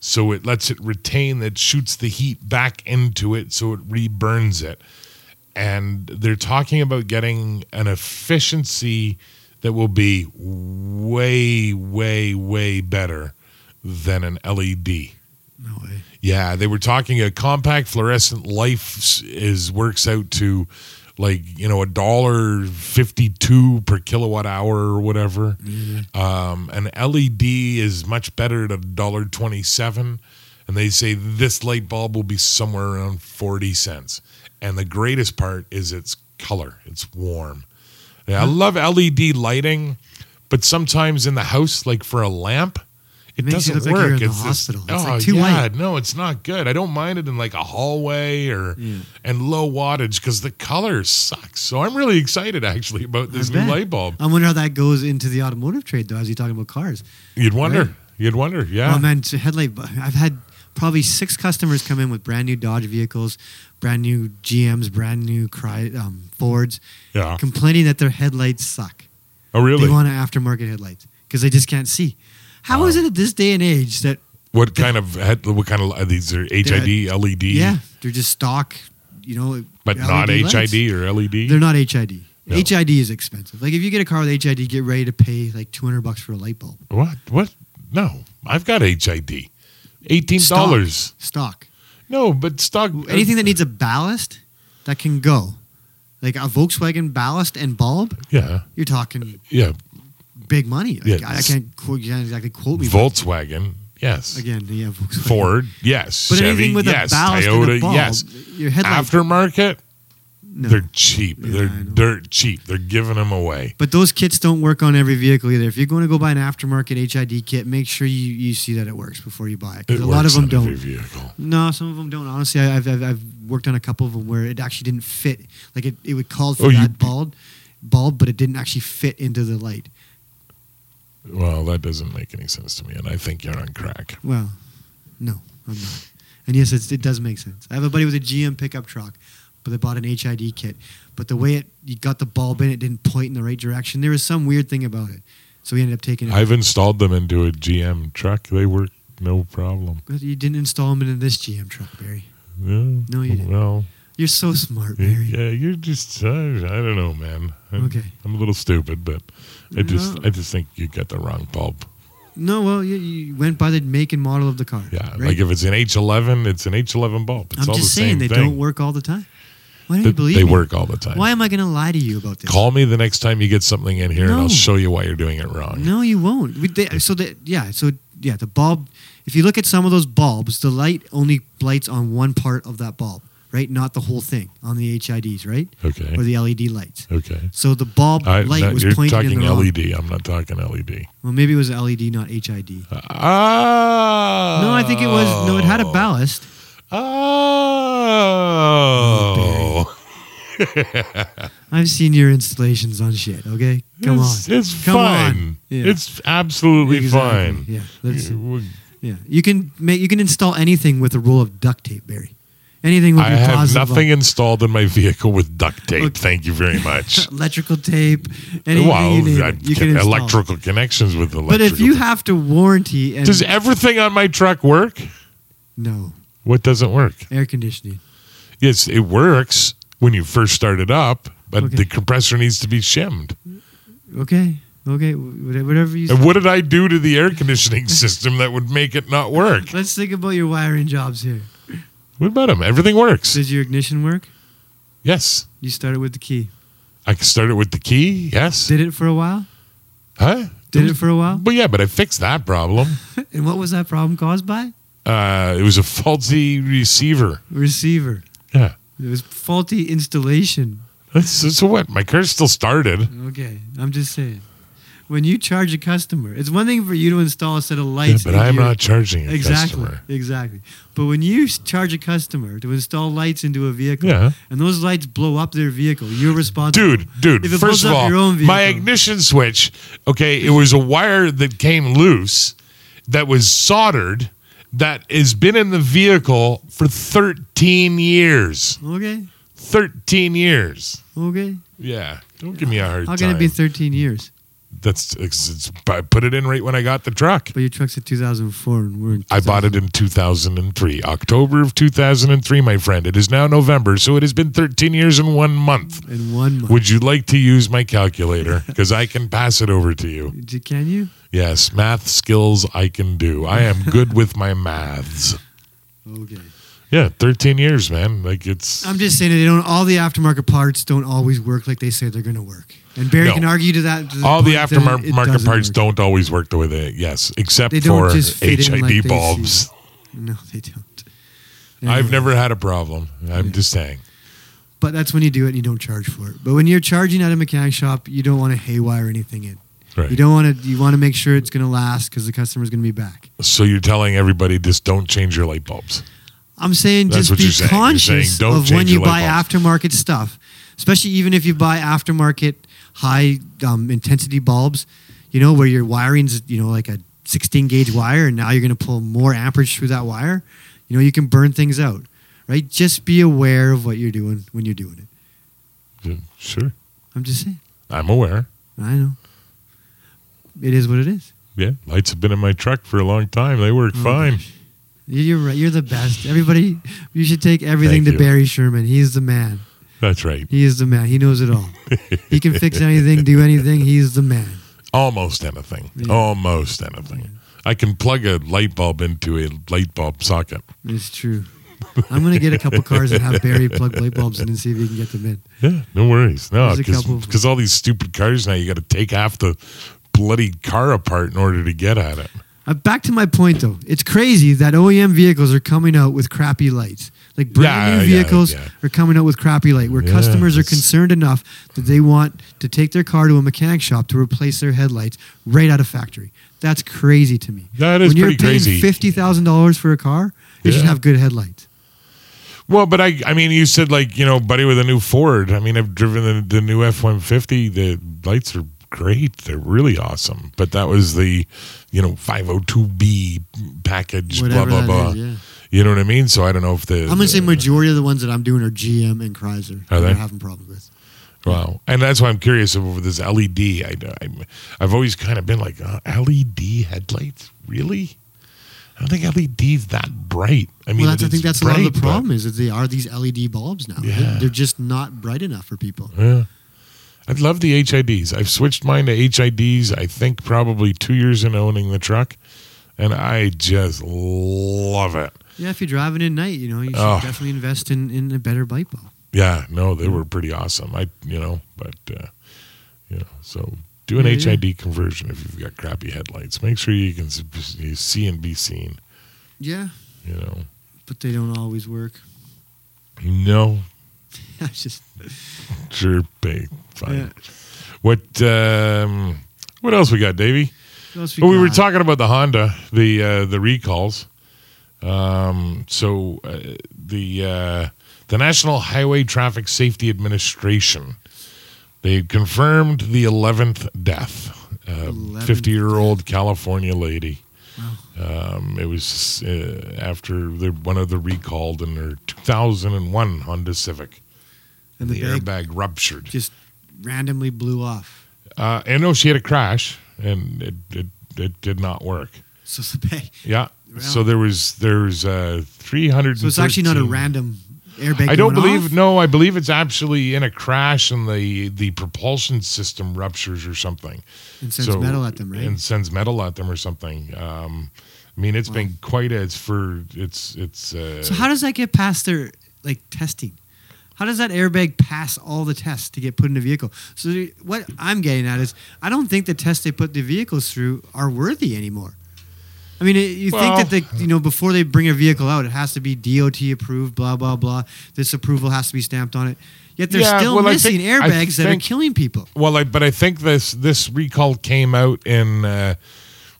so it lets it retain that shoots the heat back into it, so it reburns it. And they're talking about getting an efficiency that will be way, way, way better than an E LED.
No way.
Yeah, they were talking a compact fluorescent life s- is works out to like you know a dollar fifty two per kilowatt hour or whatever.
Mm-hmm.
Um, an LED is much better at a dollar twenty seven, and they say this light bulb will be somewhere around forty cents. And the greatest part is its color; it's warm. Yeah, I
Mm-hmm.
love LED lighting, but sometimes in the house, like for a lamp, it,
makes you
doesn't
look like
work.
you're in the
It's this-
hospital. It's,
oh
like, too
yeah,
light.
no, it's not good. I don't mind it in like a hallway or and low wattage because the color sucks. So I'm really excited actually about this
I
new
bet.
light bulb.
I wonder how that goes into the automotive trade, though, as you're talking about cars.
You'd wonder.
Right.
You'd wonder. Yeah.
Oh, man, so headlight. bu- I've had probably six customers come in with brand new Dodge vehicles, brand new GMs, brand new Cry, um, Fords,
yeah.
complaining that their headlights suck.
Oh really?
They want aftermarket headlights because they just can't see. How is it at this day and age that,
what kind of head, what kind of uh, these are HID LED?
yeah, they're just stock, you know,
E But
LED
not
lights?
HID or E LED.
They're not HID.
No.
HID is expensive. Like if you get a car with HID, get ready to pay like 200 bucks for a light bulb.
what? What? No, I've got HID. Eighteen
Stock.
dollars.
Stock.
No, but stock. uh,
Anything that needs a ballast that can go, like a Volkswagen ballast and bulb,
Yeah.
you're talking
Yeah.
big money. Like,
Yeah,
I, I can't quote you can't exactly quote me. but
Volkswagen. Yes.
again, yeah, Volkswagen.
Ford, yes.
But
Chevy,
anything with a
yes.
ballast
Toyota,
and a bulb,
yes.
your headlight.
Aftermarket,
no.
they're cheap.
Yeah,
they're
I know.
dirt cheap. They're giving them away.
But those kits don't work on every vehicle either. If you're going to go buy an aftermarket HID kit, make sure you, you see that it works before you buy it. 'cause
It
a lot of
works
them
on
don't.
every vehicle.
No, some of them don't. Honestly, I, I've, I've I've worked on a couple of them where it actually didn't fit. Like it, it would call for
Oh, you-
that bulb, bulb, but it didn't actually fit into the light.
Well, that doesn't make any sense to me, and I think you're on crack.
Well, no, I'm not. And yes, it's, it does make sense. I have a buddy with a GM pickup truck, but they bought an HID kit. But the way it you got the bulb in, it didn't point in the right direction. There was some weird thing about it, so we ended up taking it.
I've installed them into a GM truck. They work no problem.
But you didn't install them into this GM truck, Barry.
Yeah.
No, you didn't.
Well,
You're so smart, Barry.
yeah, you're just, uh, I don't know, man. I'm,
Okay.
I'm a little stupid, but I just,
No.
I just think you got the wrong bulb.
No, well, you, you went by the make and model of the car.
Yeah,
right?
like if it's an H11, it's an H11 bulb. It's
I'm
all
just
the
saying
same
they
thing.
don't work all the time. Why don't
They,
you believe
they
me?
work all the time.
Why am I going to lie to you about this?
Call me the next time you get something in here, and I'll
No.
show you why you're doing it wrong.
No, you won't. We, they, so that yeah, so yeah, the bulb. If you look at some of those bulbs, the light only lights on one part of that bulb, right? Not the whole thing on the HIDs, right?
Okay.
Or the LED lights.
Okay.
So the bulb
I,
light
no,
was
you're
pointed in
talking E
the wrong.
LED. I'm not talking E LED.
Well, maybe it was LED, not HID.
Oh.
No, I think it was. No, it had a ballast.
Oh.
I've seen your installations on shit. Okay, come
it's,
on,
It's
come
fine.
on. Yeah.
It's absolutely
Exactly.
fine.
Yeah, that's,
You-
yeah. You can make you can install anything with a roll of duct tape, Barry. Anything would
I
be
have
plausible.
nothing installed in my vehicle with duct tape. Thank you very much.
Electrical tape. Anything
well,
you need.
I
it, you
can-
can install.
electrical connections with electrical.
But if you have to warranty and
does everything on my truck work?
no
What doesn't work?
air conditioning,
Yes, it works when you first start it up, but
Okay.
the compressor needs to be shimmed.
okay, okay, wha- whatever you.
And what did I do to the air conditioning system that would make it not work?
Let's think about your wiring jobs here.
What about them? Everything works.
Does your ignition work?
Yes.
You started with the key.
I can start it with the key. Yes.
Did it for a while.
Huh?
Did it for a while.
Well, yeah, but I fixed that problem.
And what was that problem caused by?
Uh, it was a faulty receiver.
Receiver.
Yeah.
It was faulty installation.
So, so what? My car still started.
Okay, I'm just saying. When you charge a customer, it's one thing for you to install a set of
Yeah,
lights.
but
in
I'm
your-
not charging a
exactly,
customer.
exactly. But when you s- charge a customer to install lights into a vehicle,
Yeah.
and those lights blow up their vehicle, you're responsible.
Dude, dude,
If it
first
blows
of
up
all,
your own
my
vehicle.
ignition switch, okay, it was a wire that came loose that was soldered that has been in the vehicle for 13 years.
Okay,
13 years.
okay.
Yeah. Don't give me a hard
How can
time.
it be 13 years?
That's it's, it's, I put it in right when I got the truck.
But your truck's a 2004, and we're in
I bought it in 2003, October of 2003, my friend. It is now November, so it has been 13 years and one month.
2000 in one month.
Would you like to use my calculator? Because I can pass it over to you.
D- Can you?
Yes, math skills I can do. I am good with my maths.
Okay.
Yeah, 13 years, man. Like it's
I'm just saying that they don't. All the aftermarket parts don't always work like they say they're going to work. And Barry
No.
can argue to that. to
all the
point that it- it
aftermarket
doesn't
parts
work.
don't always work the way they yes, except
They don't
for
just fit in
HID
like they
bulbs.
No, they don't.
I've never had a problem. I'm just saying.
But that's when you do it and you don't charge for it. But when you're charging at a mechanic shop, you don't want to haywire anything in.
Right.
You don't want to. You want to make sure it's going to last because the customer's going to be back.
So you're telling everybody just don't change your light bulbs.
I'm saying
That's
just
what
be
you're saying. You're
conscious
saying don't
of when
change
you
your light
buy
bulbs.
aftermarket stuff, especially even if you buy aftermarket high um, intensity bulbs. You know where your wiring's you know like a 16 gauge wire, and now you're going to pull more amperage through that wire. You know you can burn things out, right? Just be aware of what you're doing when you're doing it.
Yeah, Sure.
I'm just saying.
I'm aware.
I know. It is what it is.
Yeah. Lights have been in my truck for a long time. They
Oh,
work fine.
You- You're right. You're the best. Everybody, you should take everything
Thank
to
you.
Barry Sherman. He's the man.
That's right.
He is the man. He knows it all. he can fix anything, do anything. He's the man.
Almost anything. Almost anything. I can plug a light bulb into a light bulb socket.
It's true. I'm gonna get a couple cars and have Barry plug light bulbs in and see if he can get them in.
Yeah, no worries. No,
There's a couple-
because all these stupid cars now, you got to take half the bloody car apart in order to get at it.
Uh, back to my point though. It's crazy that OEM vehicles are coming out with crappy lights. Like brand
Yeah,
new
yeah,
vehicles
yeah.
are coming out with crappy light where
Yeah,
customers are
it's-
concerned enough that they want to take their car to a mechanic shop to replace their headlights right out of factory. That's crazy to me.
That is
when you're
pretty
paying
crazy.
fifty thousand dollars for a car, you should
Yeah.
have good headlights.
Well, but I, I mean, you said like you know, buddy with a new Ford. I mean, I've driven the, the new F one fifty. The lights are great. They're really awesome. But that was the, you know, five hundred two B package.
Whatever
blah
that
blah blah.
is, yeah.
You know what I mean? So I don't know if the
I'm gonna say majority of the ones that I'm doing are GM and Chrysler. that
Are they?
I'm having problems with.
Wow, and that's why I'm curious over this LED. I, I'm, I've always kind of been like uh, LED headlights, really. I don't think LED's that bright. I mean,
well, that's, I
it's
think that's a lot
bright,
of the
but-
problem is that they are these LED bulbs now. They're-
Yeah.
They're just not bright enough for people.
Yeah. I love the HIDs. I've switched mine to HIDs, I think probably two years in owning the truck. And I just love it.
Yeah, if you're driving at night, you know, you should
Oh.
definitely invest in, in a better light bulb.
Yeah, no, they were pretty awesome. I, you know, but, uh, you know, so do an
Yeah, yeah.
HID conversion if you've got crappy headlights. Make sure you can s- you see and be seen,
Yeah,
you know.
but they don't always work.
No,
I just
sure, pay, fine.
Yeah.
What, um, what else we got, Davey?
what else
Well, we were
got?
talking about the Honda, the uh, the recalls. Um, so uh, the uh, the National Highway Traffic Safety Administration they confirmed the eleventh death.
11th
Fifty year old California lady. Um, it was uh, after the, one of the recalled in their 2001 Honda Civic.
And
The,
the, bag
airbag ruptured.
just randomly blew off.
Uh, and no, she had a crash, and it it, it did not work.
So the bag.
Yeah.
Wow.
So there was there's uh, 300.
So it's actually not a random airbag.
I don't
going
believe.
off?
No, I believe it's actually in a crash, and the the propulsion system ruptures or something.
And sends metal at them, right?
And sends metal at them or something. Um, I mean, it's been quite a. It's for it's it's. Uh,
So how does that get past their like testing? How does that airbag pass all the tests to get put in the vehicle? So the- what I'm getting at is I don't think the tests they put the vehicles through are worthy anymore. I mean, it- you
Well-
think that they, you know before they bring a vehicle out, it has to be DOT approved, blah blah blah. This approval has to be stamped on it. Yet they're
Yeah,
still
well, I
missing
think- I
airbags that are
think-
killing people.
Well, I, but I think this this recall came out in, uh,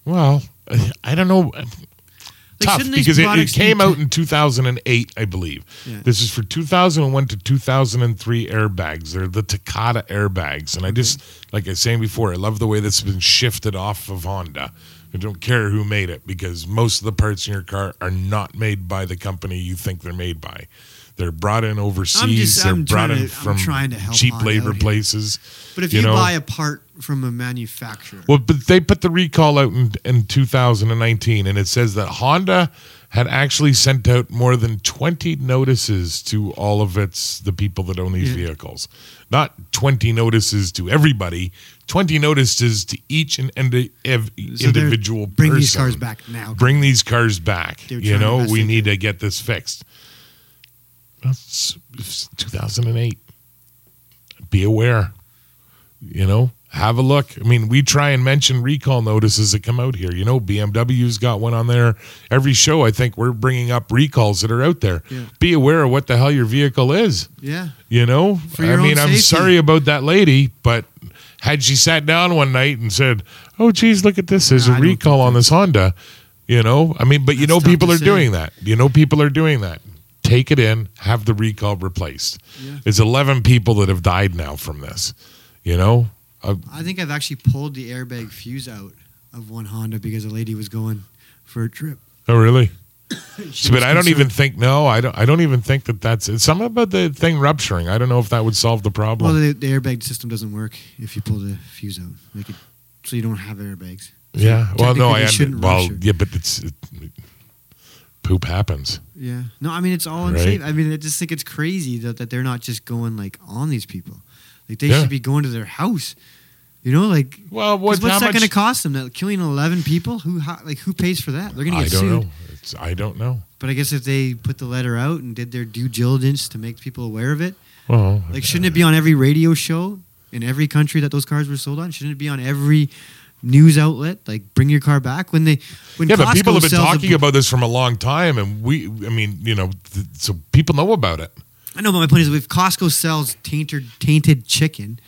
well, I don't know, tough
shouldn't these
because it, it
products
came
be-
out in 2008, I believe.
Yeah.
This is for 2001 to 2003 airbags. They're the Takata airbags, and I just like I was saying before, I love the way that's been shifted off of Honda. I don't care who made it because most of the parts in your car are not made by the company you think they're made by. They're brought in overseas. they're
I'm
brought
trying
in
to- I'm
from
trying to help
cheap
Honda
labor
out here.
places.
But if you,
know?
buy a part from a manufacturer,
Well, but they put the recall out in, in 2019, and it says that Honda had actually sent out more than 20 notices to all of its the people that own these
Yeah.
vehicles. Not 20 notices to everybody, 20 notices to each and and ev-
So they're-
individual
bring these
person.
cars back now.
Bring these cars back.
They were
You
trying their
know,
best
we
they
need to get this fixed. That's it's 2008. Be aware you know have a look i mean we try and mention recall notices that come out here you know bmw's got one on there every show i think we're bringing up recalls that are out there
Yeah.
be aware of what the hell your vehicle is
yeah,
you know
For your
i mean
own
i'm
safety.
sorry about that lady but had she sat down one night and said oh geez look at this there's
No, I
a
don't think
recall on this honda you know i mean but you
That's
know
tough
people
to
are
say.
doing that you know people are doing that take it in have the recall replaced
Yeah.
it's 11 people that have died now from this you know Uh,
I think I've actually pulled the airbag fuse out of one Honda because a lady was going for a trip.
Oh, really?
She
but
was
I don't even
concerned-
think. No, I don't. I don't even think that that's it's something about the thing rupturing. I don't know if that would solve the
Well,
problem.
the, the airbag system doesn't work if you pull the fuse out, like it, so you don't have airbags.
yeah. Well, no,
technically
I.
it shouldn't
well,
rupture.
yeah, but it's it, poop happens.
Yeah, no, I mean it's all
Right.
unsafe. I mean, I just think it's crazy that, that they're not just going like on these people, like they
Yeah.
should be going to their house. You know, like 'cause
Well, what,
what's
how
that
much-
going to cost them? That killing eleven people? Who ho- like who pays for that? They're going to
I
get
don't
sued.
know. It's, I don't know.
But I guess if they put the letter out and did their due diligence to make people aware of it,
Well,
Like, shouldn't it be on every radio show in every country that those cars were sold on? Shouldn't it be on every news outlet? Like, bring your car back when they when
yeah,
Costco
but people have been
sells a
talking
bu-
about this from a long time, and we. I mean, you know, th- so people know about it.
I know, but my point is, if Costco sells tainted tainted chicken,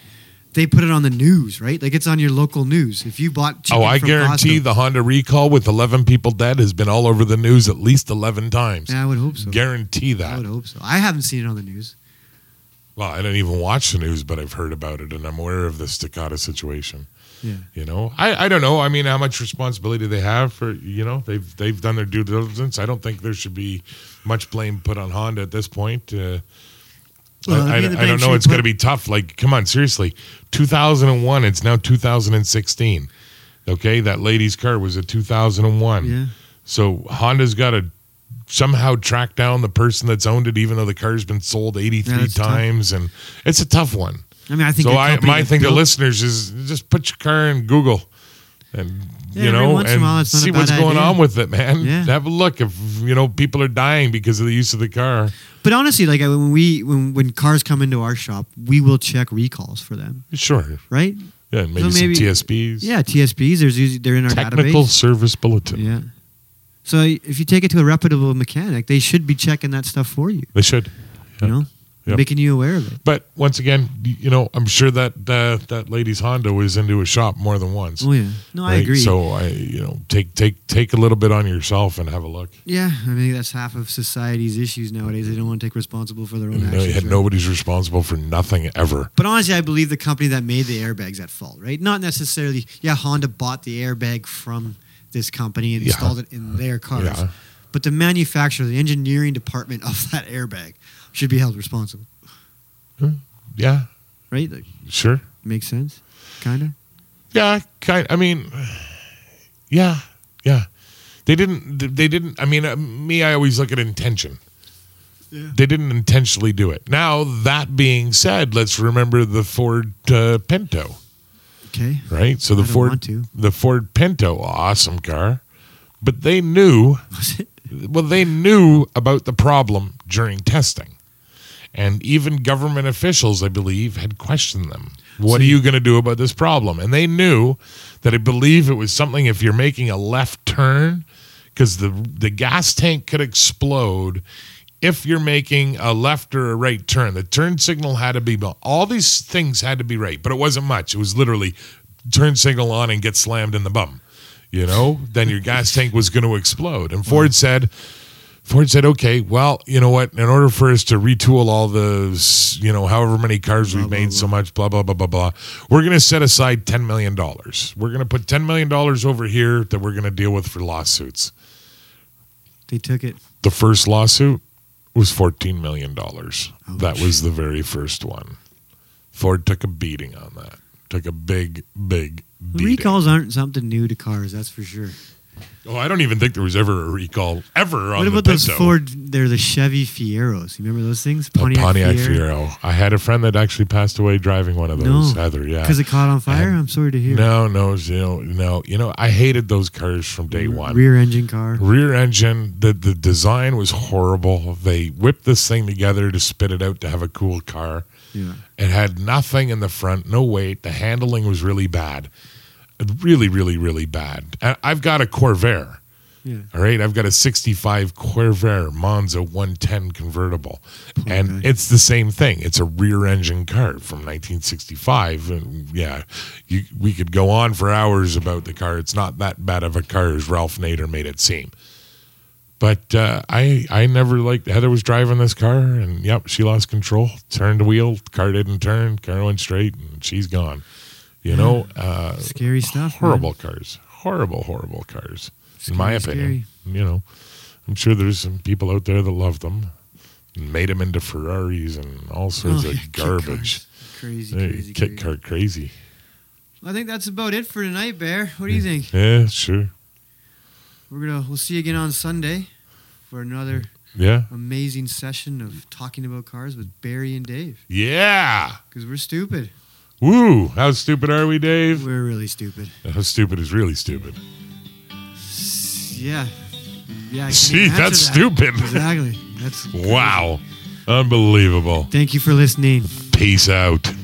they put it on the news, right? Like it's on your local news. If you bought chicken
oh, I
from
guarantee
Costco,
the Honda recall with eleven people dead has been all over the news at least eleven times.
yeah, I would hope so.
Guarantee
I
that.
would hope so. I haven't seen it on the news.
Well, I don't even watch the news, but I've heard about it and I'm aware of this Takata situation.
Yeah,
You know, I, I don't know. I mean, how much responsibility do they have for you know they've they've done their due diligence. I don't think there should be much blame put on Honda at this point. Uh,
Well, I
I,
mean, the
I, I
blame
don't
should
know.
be
It's going
put-
to be tough. Like, come on, seriously. 2001. It's now 2016. Okay, that lady's car was a 2001.
yeah.
So Honda's got to somehow track down the person that's owned it, even though the car's been sold 83
Yeah, that's tough.
times, and it's a tough one.
I mean, I think
so
a
I,
company
my
that
thing to
built-
listeners is just put your car in Google, and
Yeah,
you
every
know,
once in a
and
while, it's not a
see
bad
what's going
idea.
on with it, man.
Yeah.
Have a look if you know people are dying because of the use of the car.
But honestly, like I- when we when when cars come into our shop, we will check recalls for them,
Sure,
right?
yeah, maybe,
maybe-
some TSBs.
Yeah, TSBs. There's usually they're in our
technical
database.
service bulletin.
Yeah. So if you take it to a reputable mechanic, they should be checking that stuff for you.
They should.
You
Yeah.
know,
Yeah.
making you aware of it.
But once again, y- you know, I'm sure that uh, that lady's Honda was into a shop more than once.
Oh yeah. No, I
right?
agree.
So I, you know, take take take a little bit on yourself and have a look.
yeah, I mean that's half of society's issues nowadays. They don't want to take responsible for their own
No,
actions.
had
right?
nobody's responsible for nothing ever.
But honestly, I believe the company that made the airbags at fault, right? Not necessarily. Yeah, Honda bought the airbag from the this company and
Yeah.
installed it in their cars.
Yeah.
But the manufacturer, the engineering department of that airbag should be held responsible,
Yeah,
right? Like,
sure.
makes sense, kind of.
Yeah, kind. I mean, yeah, yeah. They didn't. They didn't. I mean, uh, me. I always look at intention.
Yeah.
They didn't intentionally do it. Now that being said, let's remember the Ford uh, Pinto,
Okay.
right? So
I
the
don't
Ford,
want to.
the Ford Pinto, awesome car, but they knew
Was it?
well, they knew about the problem during testing. And even government officials, I believe, had questioned them. What are you going to do about this problem? And they knew that I believe it was something if you're making a left turn, because the, the gas tank could explode if you're making a left or a right turn. The turn signal had to be, all these things had to be right, but it wasn't much. It was literally turn signal on and get slammed in the bum you know, then your gas tank was going to explode. And Ford said, Ford said, okay, well, you know what? In order for us to retool all the, s- you know, however many cars we've made so much, blah, blah, blah, blah, blah, we're going to set aside $10 million. We're going to put $10 million over here that we're going to deal with for lawsuits.
They took it.
The first lawsuit was $14 million. That
Ouch.
was the very first one. Ford took a beating on that. Took a big, big beating.
Recalls aren't something new to cars, that's for sure.
Oh, I don't even think there was ever a recall ever on
What
the
about those
Pinto.
Ford? They're the Chevy Fieros. You remember those things?
A Pontiac, Fiero. I had a friend that actually passed away driving one of
No,
those. Heather, yeah.
Because it caught on fire. I'm sorry to hear.
no, no, you know, no. You know, I hated those cars from day one.
Rear engine car.
Rear engine. The the design was horrible. They whipped this thing together to spit it out to have a cool car.
Yeah.
It had nothing in the front, no weight. The handling was really bad, really, really, really bad. And I've got a Corvair.
Yeah.
All right, I've got a 65 Corvair Monza 110 convertible, and
Okay.
it's the same thing. It's a rear engine car from 1965. And yeah, you, we could go on for hours about the car. It's not that bad of a car as Ralph Nader made it seem. But uh, I I never liked Heather was driving this car, and yep, she lost control, turned the wheel, car didn't turn, car went straight, and she's gone. You know, uh,
Scary stuff. man.
horrible cars, horrible, horrible cars. in my
Scary, Oh,
opinion, you know, I'm sure there's some people out there that love them, and made them into Ferraris and all sorts
Oh,
of
yeah, kit
garbage.
cars. Crazy,
Hey,
crazy,
kit
crazy.
car crazy.
I think that's about it for tonight, Bear. What do you think?
Yeah, sure.
We're gonna we'll see you again on Sunday for another
Yeah,
amazing session of talking about cars with Barry and Dave.
yeah.
Because we're stupid.
Woo! How stupid are we, Dave?
We're really stupid.
How stupid is really stupid?
S- Yeah. Yeah. I
See,
can't answer
that's
that.
stupid.
Exactly. That's
Wow. Unbelievable.
Thank you for listening.
Peace out.